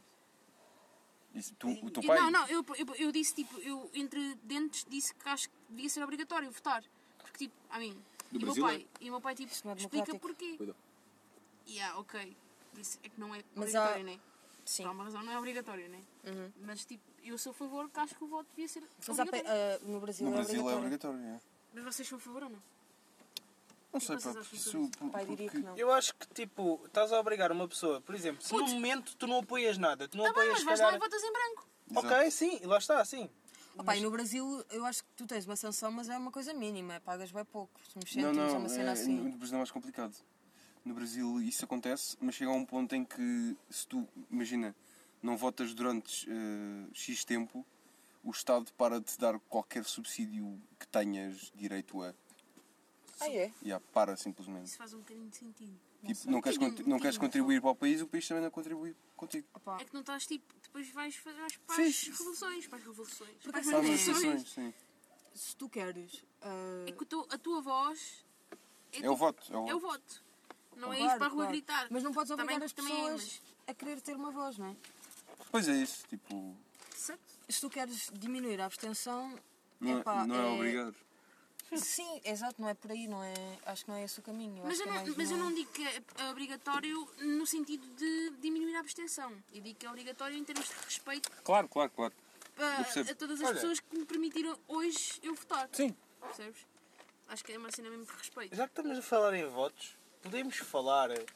Isso, tu, o teu
E-
pai?
Não, não, eu, eu, eu disse tipo, eu entre dentes disse que acho que devia ser obrigatório votar. Porque tipo, a mim.
Do
e o meu
Brasil,
pai, e o meu pai tipo,
não é
explica
democrático.
porquê.
Cuidado.
Yeah, ok. Disse, é que não é
Mas há-
obrigatório, né?
Sim. Uhum.
Por alguma razão não é obrigatório, né? Mas tipo, eu sou a favor que acho que o voto devia ser
Mas há pe-
obrigatório.
ah, no Brasil,
No
é
Brasil é
obrigatório.
obrigatório. é.
Mas vocês são a favor ou não? Tá
Não sei,
vocês
pá.
acham
se
sobre
o-
isso?
por-
Pai diria que
porque-
não.
Eu acho que, tipo, estás a obrigar uma pessoa, por exemplo, se no
Puto.
momento tu não apoias nada, tu não
Tá bem,
apoias
mas
se
vais lá e
calhar...
votas em branco.
Ok, sim, lá está, sim.
Opa, e no Brasil, eu acho que tu tens uma sanção, mas é uma coisa mínima, é pagas bem pouco, uns
Não,
cêntimos, é
não,
uma cena
é,
assim.
no Brasil é mais complicado. No Brasil isso acontece, mas chega a um ponto em que, se tu, imagina, não votas durante eh, X tempo, o Estado para de te dar qualquer subsídio que tenhas direito a.
Ah, é?
E há, para simplesmente.
Isso faz um bocadinho de sentido.
Tipo, não, queres,
Tinha-
conti-
um
não queres
tinha.
contribuir para o país, o país também não contribui contigo.
Opa,
É que não estás tipo, depois vais, fa- vais para as
Sim.
revoluções, para as revoluções.
Porque
para as
Sim.
Há
é, sabes-
manifestações.
manifestações, sim.
se tu queres. ah,
É que o teu- a tua voz
É o voto. É
É o
o voto.
voto. Não é
claro,
ir para a rua
claro.
gritar.
Mas não podes obrigar
Também-
as
também é,
pessoas a querer ter uma voz, não é?
Pois é isso, tipo,
mas- Certo?
Se tu queres diminuir a abstenção,
não,
epá,
é, não é obrigado.
Sim, exato, não é por aí, não é, acho que não é esse o caminho. acho
Mas eu,
que é
não,
mais
mas eu
uma-
não digo que é obrigatório no sentido de diminuir a abstenção. Eu digo que é obrigatório em termos de respeito
Claro, claro, claro.
a,
Eu percebo.
a todas as
Olha.
pessoas que me permitiram hoje eu votar.
Sim.
Percebes? Acho que é uma cena mesmo de respeito.
Já que estamos a falar em votos, podemos falar eh,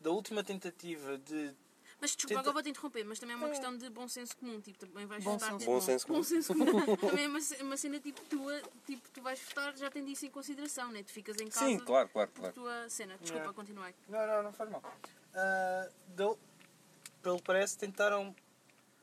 da última tentativa de...
Mas desculpa,
Tenta-
agora vou-te interromper, mas também é uma questão de bom senso comum. Tipo, também vais
Bom
votar.
senso.
Bom senso
Bom
comum.
senso comum. também é uma, ce- uma cena tipo tua, tipo, tu vais votar, já tens isso em consideração, né? Tu ficas em casa
Sim, claro, claro,
por
claro.
tua cena. Desculpa,
É.
continuei.
Não, não, não faz mal. Ah, da- pelo parece, tentaram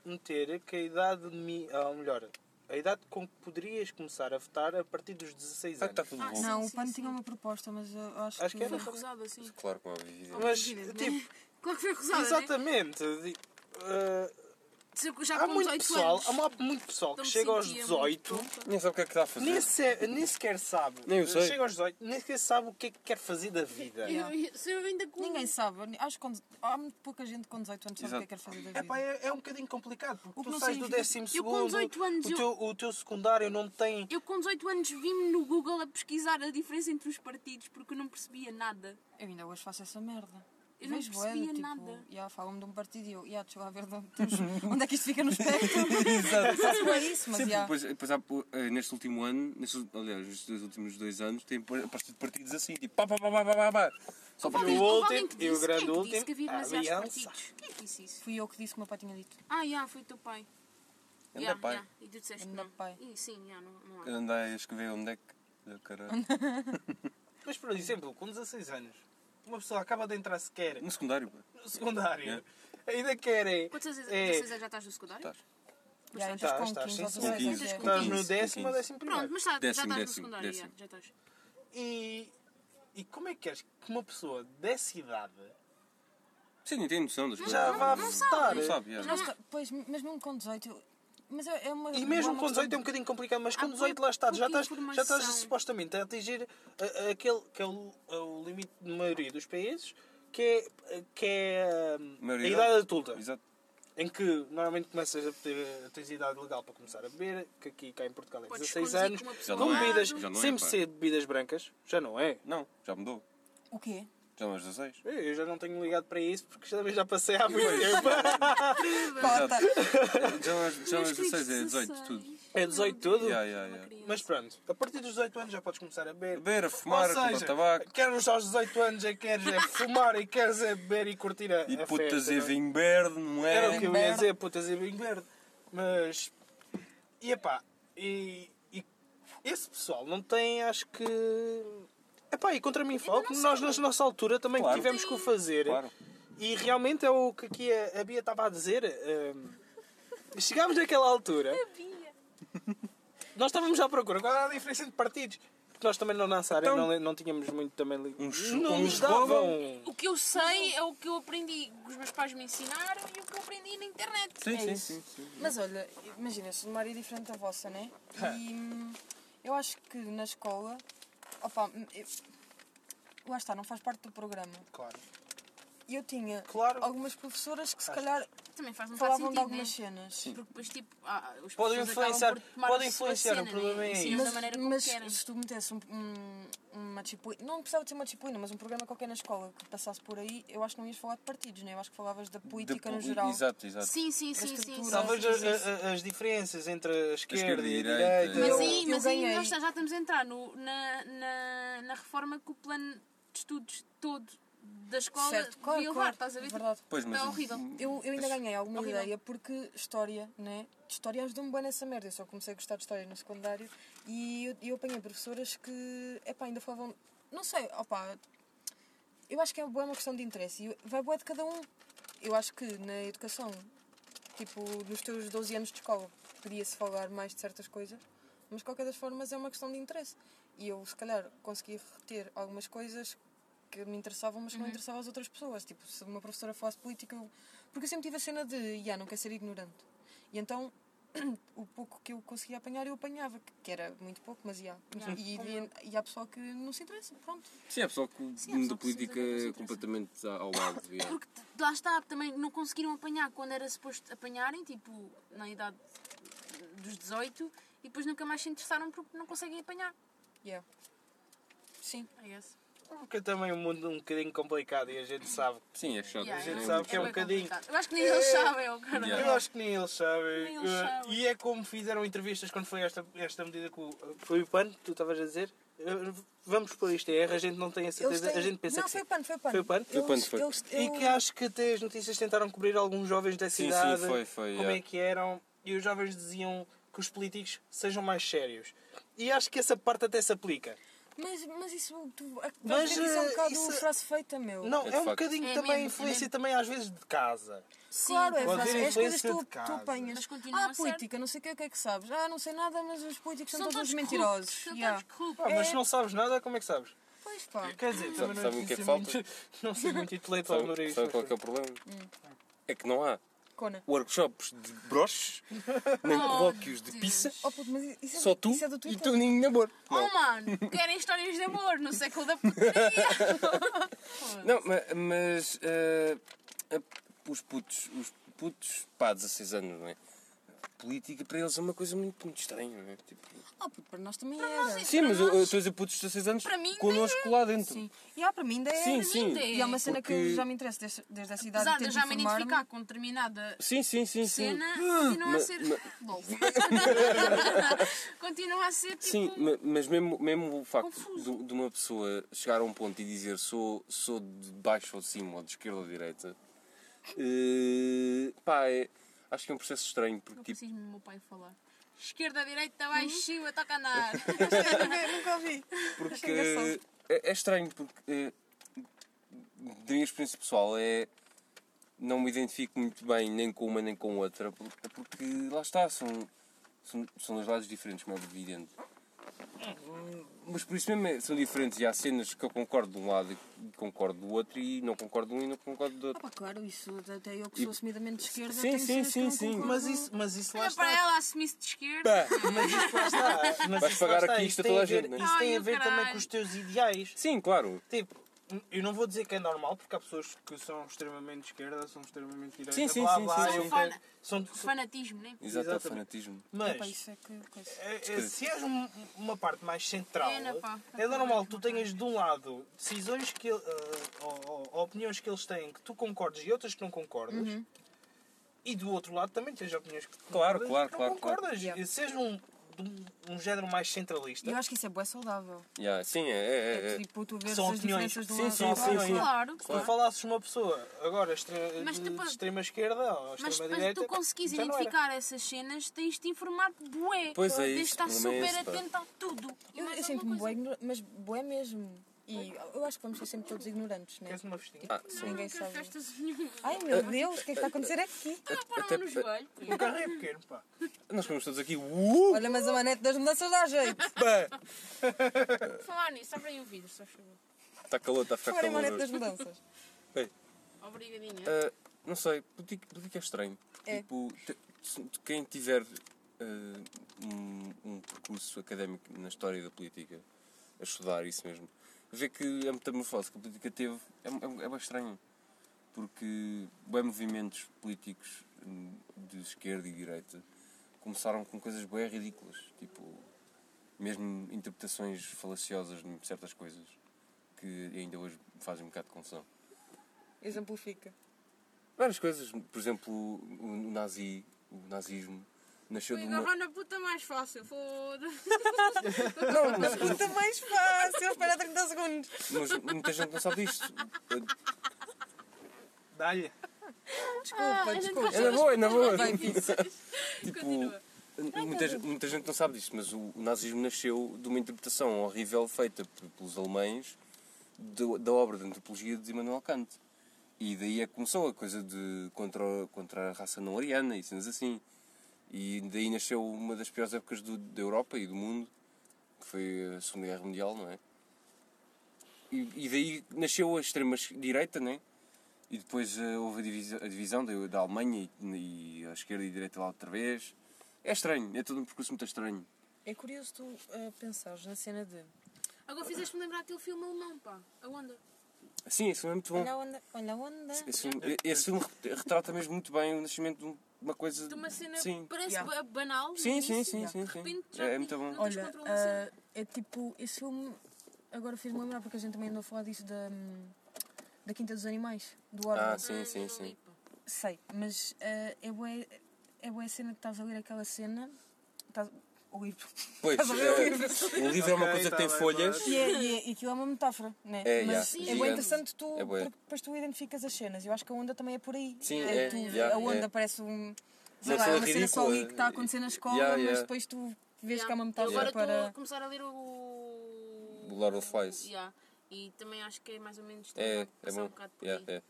meter que a idade... Mi... Ah, melhor, a idade com que poderias começar a votar a partir dos 16
Ah,
anos.
está tudo
Ah,
bom.
Não,
Sim,
o
sim,
PAN
sim.
tinha uma proposta, mas eu acho,
Acho que era.
Foi recusado assim.
Claro, como é evidente.
Mas,
Imagina, né?
tipo,
Claro que foi recusado.
né?
exatamente... di- ah,
Né? Já
há
né? com
muito
18
pessoal,
anos.
há mu- muito pessoal que
Então me
chega aos
sentia muito
18
tonta.
Nem sabe o que é que está a fazer.
nem, se- nem sequer sabe. eh,
Nem eu sei.
Chega aos 18, nem sequer sabe o que é que quer fazer da vida.
Eu- eu- Se eu ainda com.
Ninguém sabe, acho que com- há muito pouca gente com 18 anos sabe o que é que quer fazer da vida.
É, pá, é, é um bocadinho complicado, porque
O que
tu
não
sais do
significa-
décimo
Eu com
segundo,
18 anos,
o,
eu-
teu, o teu secundário não tem...
Eu com 18 anos vim-me no Google a pesquisar a diferença entre os partidos porque eu não percebia nada.
Eu ainda hoje faço essa merda.
Eu não
Vejo bué de,
percebia
tipo,
nada.
Já falam-me de um partido e eu, já, deixa lá ver de onde, temos- onde é que isto fica no espectro. Faço bué isso, mas
Sim,
já.
depois, depois há, eh, neste último ano, nestes, aliás, nestes dois últimos dois anos, tem par- partido partidos assim, tipo pá pá pá pá pá pá pá. Só para
Houve alguém-
o
houve
último
alguém que
e o
disse-
grande
quem é que disse
último,
que havia
a
demasiados
aliança.
partidos? Quem é que disse isso?
Fui eu que disse que o meu pai tinha dito.
Ah, já, foi o teu pai.
Anda,
Yeah,
pai.
yeah. E tu disseste que
Anda,
não.
pai.
E, sim, yeah, não, não há.
Andei a escrever onde é que. Ah, Caralho.
Mas, por exemplo, com 16 anos, uma pessoa acaba de entrar sequer
No secundário, pá.
no secundário, ainda quer é...
Quantas vezes,
é-
quantas vezes já estás no secundário?
Estás.
Já
já
Tá,
entras
Estás,
com
estás,
15 ou
sim,
com
16.
15,
é.
com
Estás
15,
no décimo ou
com
décimo
Pronto,
primeiro.
mas está,
Décimo,
já estás no
décimo,
secundário.
décimo.
yeah, já estás.
E, e como é que queres que uma pessoa dessa idade
Sim, não tem noção das coisas.
já vá
não,
votar?
não sabe, já.
Mas nós- Pois, mas mesmo com 18. eu- Mas é é uma.
E mesmo
uma
com
questão
18 é um bocadinho complicado, mas
Há
com
pouca-
18 lá estás, já
pouca
estás, já estás
informação.
supostamente a atingir a- a- aquele que é o, a- o limite de maioria dos países, que é, que é hum, a
Maioridade.
idade adulta,
Exato.
em que normalmente começas a ter a tens a idade legal para começar a beber, que aqui cá em Portugal é
Podes
16
conduzir
anos,
com uma pessoa
com,
ao lado.
bebidas,
Já não é,
sempre
pá.
ser de bebidas brancas, já não é. Eh,
Não, já mudou.
um
O quê?
Já não és 16.
Eu- Eu já não tenho ligado para isso porque já, também já passei há muito tempo.
Corta!
Já não és, já não és
Meus queridos
16, é 18,
16.
tudo.
É 18 tudo?
Yeah, yeah, yeah.
Mas pronto, a partir dos 18 anos já podes começar a beber.
Beber, a fumar, a
Ou
comprar
seja,
tabaco.
Queres aos 18 anos é queres é fumar e queres é beber e curtir a,
E
a
putas
festa,
e
não é?
vinho verde, não é?
Era o que eu ia
Verde.
dizer, putas e vinho verde. Mas. E epá, e, e esse pessoal não tem, acho que. Epá, e contra mim falo que nós na nossa altura também
Claro.
tivemos que o fazer.
Claro.
E realmente é o que aqui a, a Bia estava a dizer. hum, chegámos naquela altura,
Bia.
nós estávamos à procura, qual era a diferença entre partidos? Porque nós também não nasceram,
Então,
não, não tínhamos muito também. li-
uns-
não
uns
nos davam.
roubam.
O que eu sei é o que eu aprendi, que os meus pais me ensinaram e o que eu aprendi na internet.
Sim,
É
sim,
isso.
sim, sim.
Mas olha, imagina, sou de uma área diferente da vossa, né?
É.
E hum, eu acho que na escola. Opa, hum, eu, lá está, não faz parte do programa.
Claro.
E eu tinha
Claro.
algumas professoras que se calhar
Também faz um bocado
falavam de
sentido,
algumas
né?
cenas.
Porque depois, tipo, ah, os
Podem
pessoas
influenciar-
acabam por tomar
podem
a sua
influenciar,
cena,
o problema é
né? Ensinam
esse.
da maneira como
mas
querem.
se tu metesse um, um- uma disciplina, não precisava de ser uma disciplina, mas um programa qualquer na escola que passasse por aí, eu acho que não ias falar de partidos, né? eu acho que falavas da política
Da-
no geral.
Exato, exato.
Sim, sim, sim,
Esta
sim.
cultura.
sim.
Talvez
Sim, sim,
a-
sim.
a- as diferenças entre a esquerda e a
esquerda e a
direita.
direita.
Mas
é.
Eu-
aí,
eu
mas aí
ganhei.
nós já já estamos a entrar no- na, na, na reforma que o plano de estudos todo da escola
Certo,
devia
claro,
levar,
claro,
estás a ver?
é? verdade.
Pois, mas
Está É horrível.
Eu, eu ainda ganhei alguma
Horrível.
ideia porque história, né? De história ajudou-me bem nessa merda. Eu só comecei a gostar de história no secundário e eu, eu apanhei professoras que, epá, ainda falavam. Não sei, opá. Eu acho que é bué uma questão de interesse e eu- vai boa de cada um. Eu acho que na educação, tipo, nos teus 12 anos de escola, podia-se falar mais de certas coisas, mas de qualquer das formas é uma questão de interesse. E eu, se calhar, consegui reter algumas coisas que me interessavam, mas que não
Uhum.
interessavam às outras pessoas. Tipo, se uma professora falasse política, eu... porque eu sempre tive a cena de, yeah, não quero ser ignorante. E então, o pouco que eu conseguia apanhar, eu apanhava, que- que era muito pouco, mas yeah.
Uhum.
E, e, e há pessoal que não se interessa, pronto.
Sim, é pessoal que o
há
mundo
pessoal
da
que precisa
política
de
é
concentração.
completamente a- ao lado. yeah.
Porque t- lá está, também não conseguiram apanhar quando era suposto apanharem, tipo, na idade dos 18, e depois nunca mais se interessaram porque não conseguem apanhar.
Yeah. Sim.
I guess.
Porque é também o mundo um bocadinho complicado e a gente sabe.
Sim, é chato.
Yeah,
gente
é-
sabe que é um
bem
bocadinho.
complicado. Eu acho que nem eles sabem, eu caralho.
Yeah.
Eu acho que nem eles sabem.
Nem eles
Eh,
sabem.
E é como fizeram entrevistas quando foi esta, esta medida que o, foi o PAN, que tu estavas a dizer. Eh, Vamos pôr isto em erro, a gente não tem a
Eles
certeza, a
têm-
gente pensa
não,
que
foi
sim.
o pano, foi o pano.
Foi o PAN?
Eles-
PAN, foi.
eles-
E
eu-
que acho que até as notícias tentaram cobrir alguns jovens da
Sim, sim,
cidade.
foi, foi,
Como é
yeah.
que eram. E os jovens diziam que os políticos sejam mais sérios. E acho que essa parte até se aplica.
Mas, mas isso, tu, a,
Mas,
mas, isso é um
eh,
bocado
isso-
frase feita, meu.
Não,
É
é,
de
um
facto.
bocadinho
É
também a
mesmo, é
influência
mesmo.
também às vezes de casa.
Sim,
Claro, é
pode
verdade.
haver
É as coisas que
influência
tu,
de
tu
casa.
apanhas.
Mas continua
ah,
a ser.
política, não sei o que é que é que sabes. Ah, não sei nada, mas os políticos são, todos,
corruptos,
mentirosos.
São
Yeah.
todos corruptos.
Ah, mas se não sabes nada, como é que sabes?
Pois pá.
Quer dizer, também não,
sabe o que é que
sou
falta?
muito- não sou muito intelectual no
Sabe,
isso.
sabe qual é, que é o problema?
Hum.
É que não há
Cona.
workshops de broches, nem
Oh,
colóquios de pizza,
Oh, puto, mas isso é,
só tu
isso é do
e
Twitter.
teu ninho de amor.
Oh mano, querem histórias de amor no século da putaria.
Não, ma- mas eh, a- os putos, os putos, pá, 16 anos, não é? Política para eles é uma coisa muito, muito estranha, não é? Tipo,
Oh, puto, para nós é. também né? era.
sim, mas eu eu estou a dizer putos de 16 anos
Para mim,
connosco lá dentro.
Sim. E há para mim ainda é.
Sim, sim.
é.
E há uma cena que
Porque-
já me interessa desde, desde essa idade.
Apesar de
tento
eu já me
informar-me.
identificar com determinada
Sim, sim, sim, sim. Hum.
cena, continua a
Ma-
ser. Lol. continua a ser tipo.
Sim, ma- mas mesmo, mesmo o facto
Confuso.
de, de uma pessoa chegar a um ponto e dizer sou, sou de baixo ou de cima, ou de esquerda ou de direita, eh, pá, é- acho que é um processo estranho, porque
Eu
tipo,
preciso do meu pai falar. Esquerda, direita, baixo, uhum. toca andar.
Nunca ouvi.
porque
engraçado.
é, é estranho, porque eh, da minha experiência pessoal é não me identifico muito bem nem com uma nem com outra, por- é porque lá está, são, são, são dois lados diferentes, como é evidente. Mas por isso mesmo é- são diferentes e há cenas que eu concordo de um lado e concordo do outro e não concordo de um e não concordo do
Ah,
outro.
pá, claro, isso até eu que sou assumidamente de esquerda.
Sim,
tenho
sim,
cenas que
sim,
não
sim.
concordo.
Mas isso, mas isso lá
Olha para
está.
ela, assumisse de esquerda.
Ah.
Pá,
Mas isso lá está. Mas
Vais
isso lá
pagar
está.
aqui
Isso
isto a
tem
toda a
ver-
gente, não é?
Isso tem
Ai,
a ver
o
também
caralho.
com os teus ideais.
Sim, claro.
Tipo, eu não vou dizer que é normal, porque há pessoas que são extremamente esquerda, são extremamente direita,
Sim, sim,
blá,
sim,
blá,
sim,
eu
sim.
quero- são- são-
Fanatismo, né?
Exato, é o
Exatamente.
fanatismo.
Epá,
Mas,
isso é que coisa.
é- é- se és um- uma parte mais central,
É, na pá.
é normal que tu tenhas de um lado decisões que,
Uhum.
ele- eh, ou, ou- ou opiniões que eles têm que tu concordes e outras que não concordas, e do outro lado também tens opiniões que
Claro,
concordas,
claro,
não
claro,
concordas.
claro.
E Seja um, de um, um género mais centralista.
Eu acho que isso é bué saudável.
Yeah, sim, é, é,
É,
é, é.
tipo, tu vês
São
as
opiniões.
diferenças de um
Sim,
lado
sim,
e do
sim,
outro.
sim.
Claro,
Se
claro.
tu falasses uma pessoa agora extre-
Mas
de,
depois-
de extrema esquerda ou
Mas
extrema
depois de
direita.
tu conseguires
já não era.
identificar essas cenas, tens de te informar de bué.
Pois é
Tens de
isso,
estar
o problema é
super
esse, pá.
atento a tudo. E
Eu,
mais
eu sinto-me
alguma
bué
coisa.
ignorante, mas bué mesmo. E eu acho que vamos ser sempre todos ignorantes, né?
Queres uma festinha?
Ah,
Porque
sim.
Não,
Ninguém
não quero
sabe.
festas nenhuma.
Ai meu Deus, o que é que está a acontecer aqui?
Estava a pôr a
até
mão no
pa-
joelho.
O carro é pequeno, pá.
Nós comemos todos aqui. Uh!
Olha, mas a manete das mudanças dá jeito.
Por Falar nisso, abre aí o vidro, só favor.
Está tá calor, está a ficar
Fora é a manete
calor.
das
hoje.
mudanças.
Bem,
Obrigadinha.
ah, não sei, política política é estranho.
É.
Tipo, te- se- quem tiver ah, um, um percurso académico na história da política, a estudar isso mesmo, vê que a metamorfose que a política teve é, é, é bem estranho. Porque bem movimentos políticos hum, de esquerda e direita começaram com coisas bem ridículas, tipo, mesmo interpretações falaciosas de certas coisas que ainda hoje me fazem um bocado de confusão.
Exemplifica.
Várias coisas, por exemplo, o, o nazi, o nazismo, nasceu de uma.
Agarrar na puta mais fácil, foda-se.
Não, mas,
Puta mais fácil, espera 30 segundos.
mas muita gente não sabe disto.
Dá-lhe.
Desculpa, desculpa.
É na boa, é na boa.
Bem, fixe.
Tipo, muita, gen- muita gente não sabe disto, mas o, o nazismo nasceu de uma interpretação horrível feita p- pelos alemães do- da obra de antropologia de Immanuel Kant. E daí é que começou a coisa de contra, o- contra a raça não ariana e cenas assim. E daí nasceu uma das piores épocas do- da Europa e do mundo, que foi a Segunda Guerra Mundial, não é? E, e daí nasceu a extrema-direita, não é? E depois eh, houve a, divisa- a divisão da, da Alemanha e, e a esquerda e a direita lá outra vez. É estranho, é todo um percurso muito estranho.
É curioso tu ah, pensares na cena de.
Agora fizeste-me lembrar aquele filme alemão, pá. A onda.
Sim, esse filme é muito bom.
Olha a onda, olha a onda.
Esse filme, esse filme re- retrata mesmo muito bem o nascimento de um- uma coisa.
De uma cena
Sim.
que parece
Yeah.
ba- banal.
Sim,
no
sim,
início,
sim, sim,
De
sim.
repente já
É, é
tens-
muito bom.
não tens
Olha,
controle da cena.
ah, é tipo, esse filme agora fez-me lembrar porque a gente também andou a falar disso da, hum, da Quinta dos Animais, do Orwell.
Ah, sim, sim,
Não li,
sim.
pá.
Sei, mas ah, é boa é boa a cena que estás a ler aquela cena. Estás, o livro.
Pois,
Estás a ler o
eh,
livro.
o livro é uma
Ok,
coisa que
tá
tem
bem,
folhas.
mas-
E, é, e, é, e aquilo é uma metáfora, né?
É, yeah,
Mas é
gigante.
bem interessante tu,
É bué.
porque depois tu identificas as cenas. Eu acho que a onda também é por aí.
Sim,
É,
é,
tu-
yeah,
a onda
é.
parece um. Sei
Uma
lá, é
cena
uma cena só ali
ridícula.
que está a acontecer na escola,
Yeah,
mas
yeah.
depois tu vês
Yeah.
que há uma
Eu
metáfora
agora estou a
para.
começar a ler o.
O Lord of Flies.
Yeah. E também acho que é mais ou menos.
É,
tentar
é
passar um
bom.
bocado por
Yeah,
aí.
é.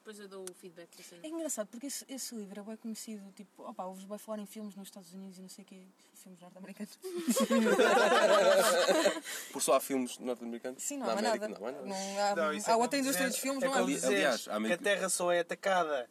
Depois eu dou o feedback da cena.
É engraçado porque esse, esse livro é bem conhecido, tipo, opa, ouves bem falar em filmes nos Estados Unidos e não sei o quê, filmes norte-americanos.
Por só há filmes norte-americanos?
Sim, não,
Na
há mais
América,
nada.
Não há mais nada.
Não há-
Não, isso é
há
como
outra indústria
dizer-
dos filmes,
é
não há.
como
Ali-
dizer
aliás, há
que
meio
a
que-
Terra só é atacada,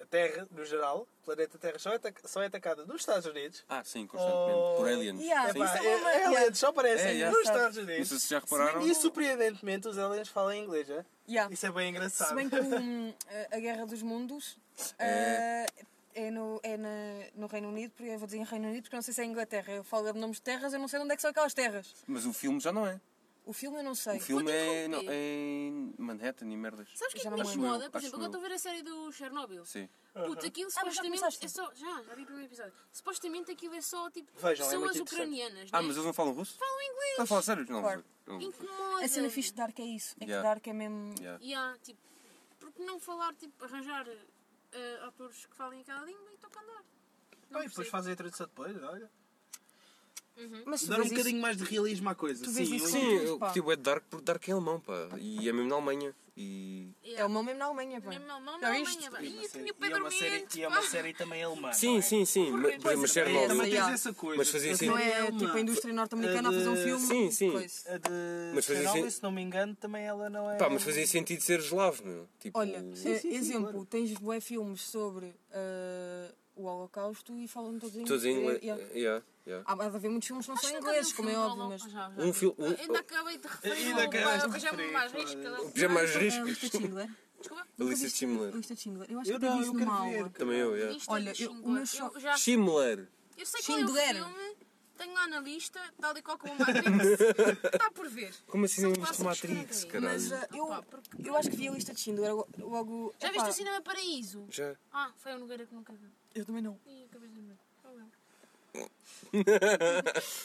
a Terra no geral, o planeta Terra só é, ataca- só é atacada nos Estados Unidos.
Ah, sim, constantemente.
Oh.
Por aliens.
Yeah,
Sim,
Epá,
isso
sim.
é uma-
é, aliens só aparecem
É, yeah.
nos Estados
Não sei
Unidos.
se já repararam.
E surpreendentemente os aliens falam inglês, é?
Yeah.
Isso é bem
Tá. Se
engraçado.
bem que hum, a a Guerra dos Mundos
É.
eh, é, no, é na- no Reino Unido, porque eu vou dizer em Reino Unido porque eu não sei se é Inglaterra. Eu falo de nomes de terras, eu não sei onde é que são aquelas terras.
Mas o filme já não é.
O filme eu não
O
sei.
filme é
interromper.
não, é em Manhattan e merdas.
Sabes o que é
Já
que
não
me
me
lembro.
incomoda? Por
Acho
exemplo, agora
eu.
estou a ver a série do Chernobyl.
Sim.
Puto, aquilo
Ah, mas já
supostamente
começaste?
é só. Já, já vi o primeiro episódio. Supostamente aquilo é só tipo
Vejam, é
pessoas
muito interessante.
ucranianas.
Ah,
né?
mas eles não falam russo?
Falam inglês.
Não, falam sério? Não,
Claro.
não.
Incomoda.
A cena fixe de Dark é isso. É que
Yeah.
Dark é mesmo.
Yeah.
Yeah, tipo, porque não falar, tipo, arranjar eh, atores que falem aquela língua e toca a andar. Não
Ah, e depois
percebo.
fazem a tradução depois, olha.
Mas tu
Dar um
vês
bocadinho
isso,
mais de realismo à coisa.
Tu vês
Sim,
isso
eu-
Sim,
Sim, eu,
pá.
tipo, é Dark porque Dark é alemão, pá. E é mesmo na Alemanha. E...
é o meu mesmo na Alemanha, pá.
Não, não, não,
Já
não,
viste?
amanhã, pá.
E é uma
Ih, eu
série-
tinha o
e é
Pedro
uma série-
Mendes,
E é
pá.
uma série também alemã. não
Sim,
é?
sim, sim. Mas, por exemplo,
Mas também- Também
Chernobyl.
tens
yeah.
essa coisa.
Mas fazia
Esse
assim-
Não
filme
é
alemã.
tipo a indústria norte-americana a fazer um
Eh,
filme.
sim, sim.
Coisa.
A de
Mas fazia
Chernobyl,
sen-
se não me engano, também ela não é...
Pá, mas fazia sentido ser eslavo, meu. Tipo,
Olha,
Sim,
eh,
sim, sim,
exemplo,
claro.
tens bué filmes sobre eh, o Holocausto e falam todos em
todos em inglês.
eh, yeah.
Yeah, yeah.
Há há de haver muitos filmes que não são
Acho que
ingleses,
quando
como é
eu
óbvio,
filmo
mas.
ao- já, já.
Um filme.
Ainda
Um,
acabei de referir
Ainda
ao
acabaste de
pijama
referir,
mais
foda-se.
risco.
o pijama é mais
A
riscos.
lista de Schindler.
Desculpa.
Nunca
Lista de
viste
Schindler.
A é lista de Schindler. Eu acho
Eu
que
não,
vi
eu
isso
quero
numa aula.
ver.
Também eu, yeah.
Lista
Olha,
de
eu- o
Schindler.
meu choque-
Eu já
Schindler.
eu sei qual é o
Schindler.
filme, Tenho lá na lista, tal e qual como o Matrix. Está por ver.
Como assim não
São
viste
clássicos que não
Matrix,
vi.
caralho?
Mas ah, eu,
Opa, porque-
eu acho que vi a lista de Schindler logo.
Já
opá,
viste o Cinema Paraíso?
Já.
Ah, foi o Nogueira que nunca viu.
Eu também não.
Ih, acabei de ver. Oh, well.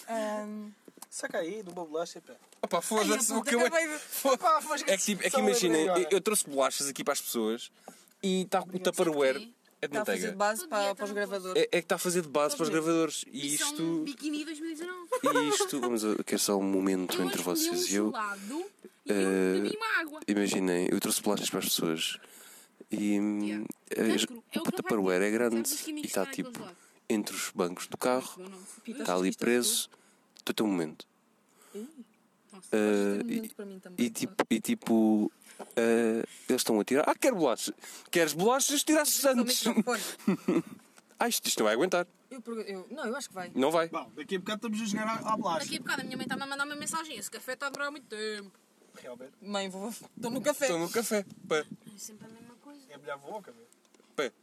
Ahm,
Saca aí, de uma bolacha, pá.
Opa,
ehm, ai,
foda-se,
eu
o que eu...
acabei de-
Pá, mas
É que, tipo, é que
só me lembrei
imagina, eu,
agora.
eu trouxe bolachas aqui para as pessoas e está o
Sabe
Tupperware
porquê?
é de
Está a fazer de
manteiga.
base
Todo
para,
dia tá
para os
também posso.
gravadores.
É, é que está a fazer de base para os gravadores. E
Isso é um
isto.
Biquíni 2019.
E isto. Vamos a, quero só um momento
Eu
entre
hoje comi
vocês
um
e eu.
gelado e eu
eh,
bebi uma água.
Imaginem, eu trouxe bolachas para as pessoas e. hum,
Yeah.
eh,
Mas, Gru, é o
o
que
Tupperware é
eu faço.
grande
Sabes os
e
químicos
está
que estão
tipo
naqueles
entre os bancos do carro,
lados? Não sei.
Pita,
está Tá ali
isto é
preso. Estou até um momento.
Nossa.
Eh,
Tem um
e,
momento para mim também.
e tipo. E, tipo eh, eles estão a tirar. Ah, quero bolachas! Queres bolachas? Tiraste
Só o
antes!
microfone.
Ah, isto, isto não vai aguentar.
Eu pergun- eu- Não, eu acho que vai.
Não vai.
Bom, daqui a bocado estamos a jogar à, à blast.
Daqui a bocado a minha mãe está-me a mandar uma mensagem. Esse café está a durar muito tempo.
Realmente,
Mãe, vou. Estou no café.
Estou no café. Pé,
É sempre a mesma coisa.
é melhor boca, meu.
pé.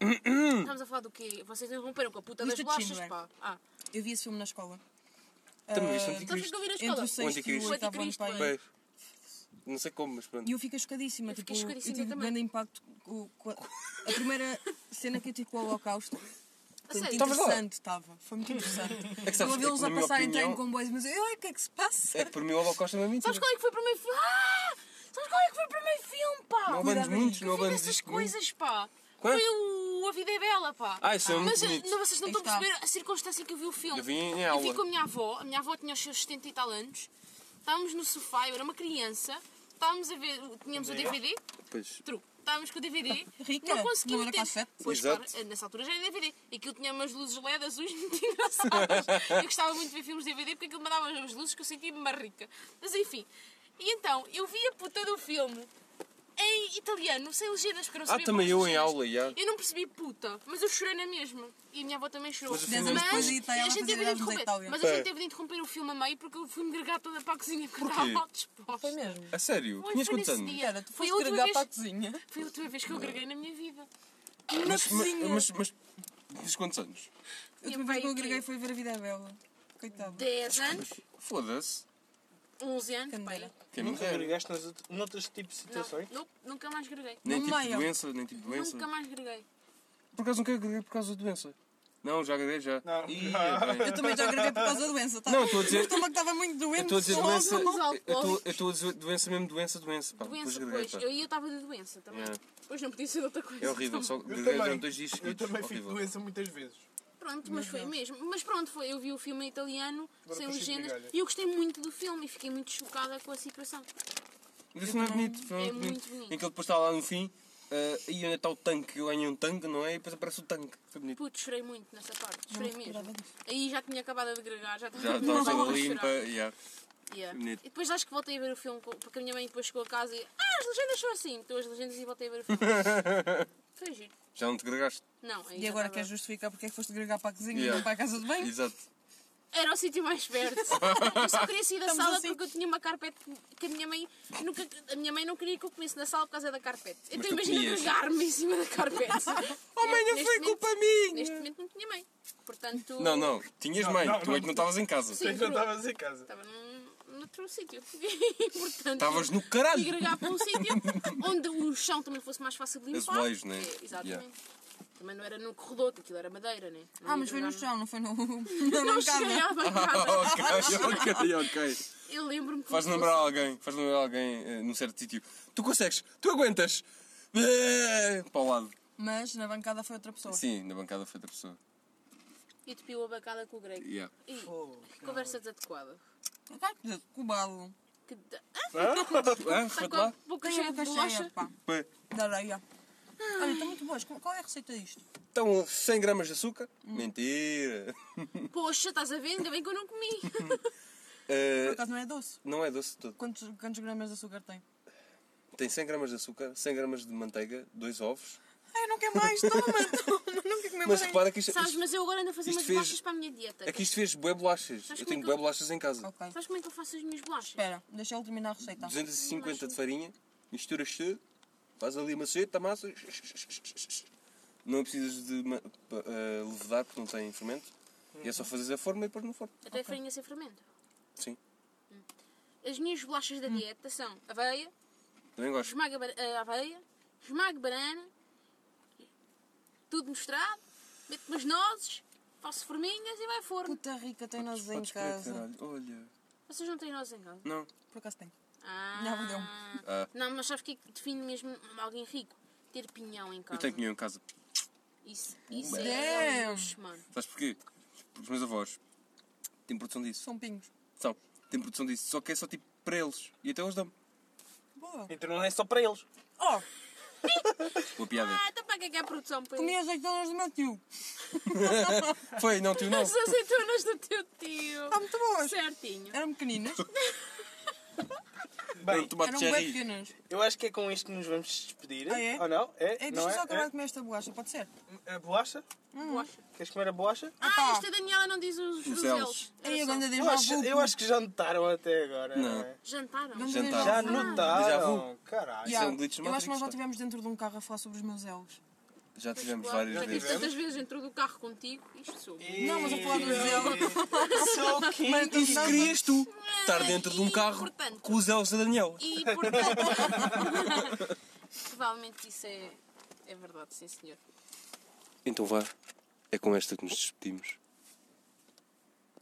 Hum.
Estamos a falar do quê? Vocês interromperam com a puta das
Lista de
bolachas,
Schindler.
pá. Ah,
Eu vi esse filme na escola.
Também
Ah,
isto é
então tens que
anticristo.
ouvir a
Entre
escola.
o sexto e o
Anticristo.
oitavo ano,
Anticristo,
pai.
é.
Pé. Não sei como, mas pronto.
E eu fiquei chocadíssima.
Eu
tipo,
fiquei chocadíssima
eu tive um
também.
grande impacto com, com a, a primeira cena que eu tive com o Holocausto. Foi muito
sério? Estavas
lá?
interessante, estava. Foi muito interessante.
É que
Estava
sabes,
a vê-los
é que, na
a
minha
passar então em
opinião-
trem comboios, mas eu, ai, o que é que se passa?
É que por mim o Holocausto é uma mentira.
Sabes qual é que foi o primeiro filme? Ah! Sabes qual é que foi o primeiro filme, pá?
Não
Cuidado
abandes
aí.
muitos,
Eu
não
vi
abandes
dessas
isto muito.
coisas, pá.
Qual é?
Foi o A Vida é Bela, pá.
Ah, isso é muito
Mas eh,
bonito.
não, vocês não
Aí
estão a
está.
perceber a circunstância que eu vi o filme.
Eu vi em
eu vi
aula.
com a minha avó. A minha avó tinha os seus 70 e tal anos. Estávamos no sofá, eu era uma criança. Estávamos a ver, tínhamos o DVD.
Pois.
True. Estávamos com o DVD.
Rica,
não conseguimos
não era
ter.
cassete.
Pois
Exato.
claro, Ah, nessa altura já era DVD. E aquilo tinha umas luzes LED azuis muito engraçadas. eu gostava muito de ver filmes de DVD porque aquilo me dava umas luzes que eu sentia-me mais rica. Mas enfim. E então, eu vi a puta do filme em italiano, sem legendas, porque eu não
Ah,
sabia é
também
pôr
eu
as
em
legendas.
aula, já.
Eu não percebi puta, mas eu chorei na mesma. E a minha avó também chorou.
Mas o filme é
mas
depois
de Itália,
a
ela
gente
fazer
teve de
Erasmus da
interromper.
Itália.
Mas a
Pá.
gente teve de interromper o filme a meio porque eu fui-me gregar toda para a cozinha porque eu estava
Porquê?
mal disposta.
Foi É mesmo.
A sério?
Foi,
Tinhas
foi
quantos
nesse
anos?
dia.
Era, tu
Foi
foste
a última
gregar
vez-
para a cozinha.
Foi a última vez que eu greguei na minha vida.
Na
Mas, mas,
cozinha.
mas, mas tinhas quantos anos?
A
Tinha
última vez que eu
pai aqui.
agreguei foi ver a vida é bela. Coitado.
10 anos,
Foda-se. é
11 anos,
Candeira.
pai.
Quem me
Nunca
dera.
agregaste nas, noutros tipos de situações?
Não, nope, nunca mais greguei.
Nem
Não
tipo de
leiam.
doença, nem tipo de doença.
Nunca mais greguei.
Por acaso nunca agreguei por causa da doença. Não, já agreguei já.
Não.
Ih, é bem.
Eu também já agreguei por causa da doença. Tá?
Não, estou a
O
dizer.
estômago estava muito
Eu
doente.
estou a dizer
só
doença.
não-
Não, não,
eu estou- Eu estou a dizer doença mesmo, doença, doença. Pá,
Doença,
depois agreguei,
pois.
pá.
Eu, e eu estava de doença também.
Yeah.
Pois não podia ser de outra coisa.
É horrível, só
Eu
agreguei
também,
durante dois dias
eu
seguidos.
também fico
Horrível.
doença muitas vezes.
Pronto, mas foi mesmo. Mas pronto, foi. eu vi o filme em italiano,
parecia
sem legendas.
migalhas.
E eu gostei muito do filme e fiquei muito chocada com a situação.
Mas isso não é bonito, foi
É
muito
muito
bonito.
bonito.
Em que ele depois está lá no fim, ah, e onde está o tanque? Eu ganhei um tanque, não é? E depois aparece o tanque. Foi bonito.
Puto, chorei muito nessa parte. Chorei mesmo.
lembrava disso.
Aí já tinha acabado de agregar, já estava
Já
já
estava
estava
toda
a
limpa.
chorar.
yeah.
Yeah. E
Bonito.
depois acho que voltei a ver o filme, co- porque a minha mãe depois chegou a casa e. Ah, as legendas são assim! Meteu as legendas e voltei a ver o filme. Foi giro.
Já não te gregaste?
Não, aí
E
já
agora
estava-
queres justificar porque é que foste agregar para a cozinha
Yeah.
e não para a casa de banho?
Exato.
Era o sítio mais perto. eu só queria sair da
Estamos
sala
assim.
porque eu tinha uma carpete que a minha mãe nunca. A minha mãe não queria que eu comesse na sala por causa da carpete. Então
tu
imagina
comias.
cagar-me em cima da carpete. oh mãe, não foi culpa minha! Neste momento não tinha mãe. Portanto.
Não, tá- não. Tinhas mãe, tu é que não estavas em casa.
Sim,
Então
Eu
true.
estava em casa.
Estava num, noutro sítio. E, portanto,
Estavas no
fui
caralho.
agregar para um sítio onde o chão também fosse mais fácil de limpar.
Azulejos, né?
É, Exatamente.
Yeah.
Também não era no corredor, que aquilo era madeira, né? Não
Ah,
ia
mas foi no
agregar
chão, não foi no.
Não,
Não,
cheguei à bancada.
Ok, ok, ok.
Eu lembro-me que.
Faz lembrar alguém, faz lembrar alguém eh, num certo sítio. Tu consegues, tu aguentas. Eh, Para o lado.
Mas na bancada foi outra pessoa.
Sim, na bancada foi da pessoa.
E depiu a bacana com o Greg.
Yeah.
Ih,
Oh,
conversa desadequada.
Vai dizer, cobalo.
Que da- Ah,
Ah,
está
foi
com é a
lá?
boca
Tenho
cheia
a
de
caixinha,
bolacha.
pá.
Foi.
Da areia. Olha, estão muito boas. Qual é a receita disto?
Então, 100 gramas de açúcar?
Hum.
Mentira.
Poxa, estás a ver? Ainda bem que eu não comi.
Por
Eh,
acaso não é doce.
não é doce de todo.
Quantos, quantos gramas de açúcar tem?
Tem 100 gramas de açúcar, 100 gramas de manteiga, dois ovos.
Ai, eu não quero mais. Toma, toma. Não quero comer
Mas
mais.
repara que isto, é
Sabes,
isto,
mas eu agora ando a fazer
isto
umas
fez-
bolachas para a minha dieta.
é que isto fez bué bolachas.
Sabes
Eu
como é
tenho
que
bué
eu-
bolachas em casa.
Ok.
Sabes como é que eu faço as minhas bolachas?
Espera, deixa ele terminar a receita.
250 de farinha, misturas tudo, faz ali uma seta, massa. Não precisas de ma- pa- eh, levedar porque não tem fermento. E é só fazer a forma e pôr no forno.
Até farinha sem fermento.
Sim.
As minhas bolachas
Hum.
da dieta são aveia,
Também gosto.
esmaga ba- eh, aveia, esmago banana, tudo misturado, meto umas nozes, faço forminhas e vai ao forno.
Puta rica, tem nozes em
Podes crer,
casa.
caralho. Olha.
Vocês não têm nozes em casa?
Não.
Por acaso tem.
Ah,
Não, não.
Ah.
Não, mas sabes o que é que define mesmo alguém rico? Ter pinhão em
Eu
casa.
tenho pinhão em casa.
Isso, isso
Damn.
é um luxo, mano.
Sabes porquê? Porque os meus avós têm produção disso.
São pingos.
São. Têm produção disso. Só que é só tipo para eles. E até eles dão.
Boa.
Então não é só para eles.
Oh,
Boa piada.
Ah, então para que é que é a produção para
comi azeitonas do meu tio.
Foi, não, tio, não.
As azeitonas do teu tio.
Está muito boas.
Certinho.
Eram pequeninas.
Não,
Bem,
tomate
Eram bem
cherry.
pequenas.
eu acho que é com isto que nos vamos despedir.
Ah, é?
Ou não? É?
É,
não
deixa-me só acabar
é?
de comer esta bolacha, pode ser?
é? A bolacha?
Hum. Bolacha.
Queres comer a bolacha?
Ah, é esta Daniela não diz os, os
Os elos.
elos. Era
Ei,
só-
agora desde
Eu acho,
lá
eu acho que já notaram até agora.
Não.
é?
Jantaram.
Não
Jantar.
Já
Ah.
notaram. Caralho.
Yeah. é um glitch
Eu acho que nós
Matrix,
já
pá.
estivemos dentro de um carro a falar sobre os meus elos.
Já tivemos
Claro, já
várias
tive
vezes.
tantas vezes dentro do carro contigo. Isto sou.
Não, mas a falar dos elos.
Sou
Mas
quinto.
tu
Isso
não-
querias tu estar dentro de um
E,
carro
portanto-
com os elos da Daniel.
E portanto. provavelmente isso é, é verdade, sim senhor.
Então vá. É com esta que nos despedimos.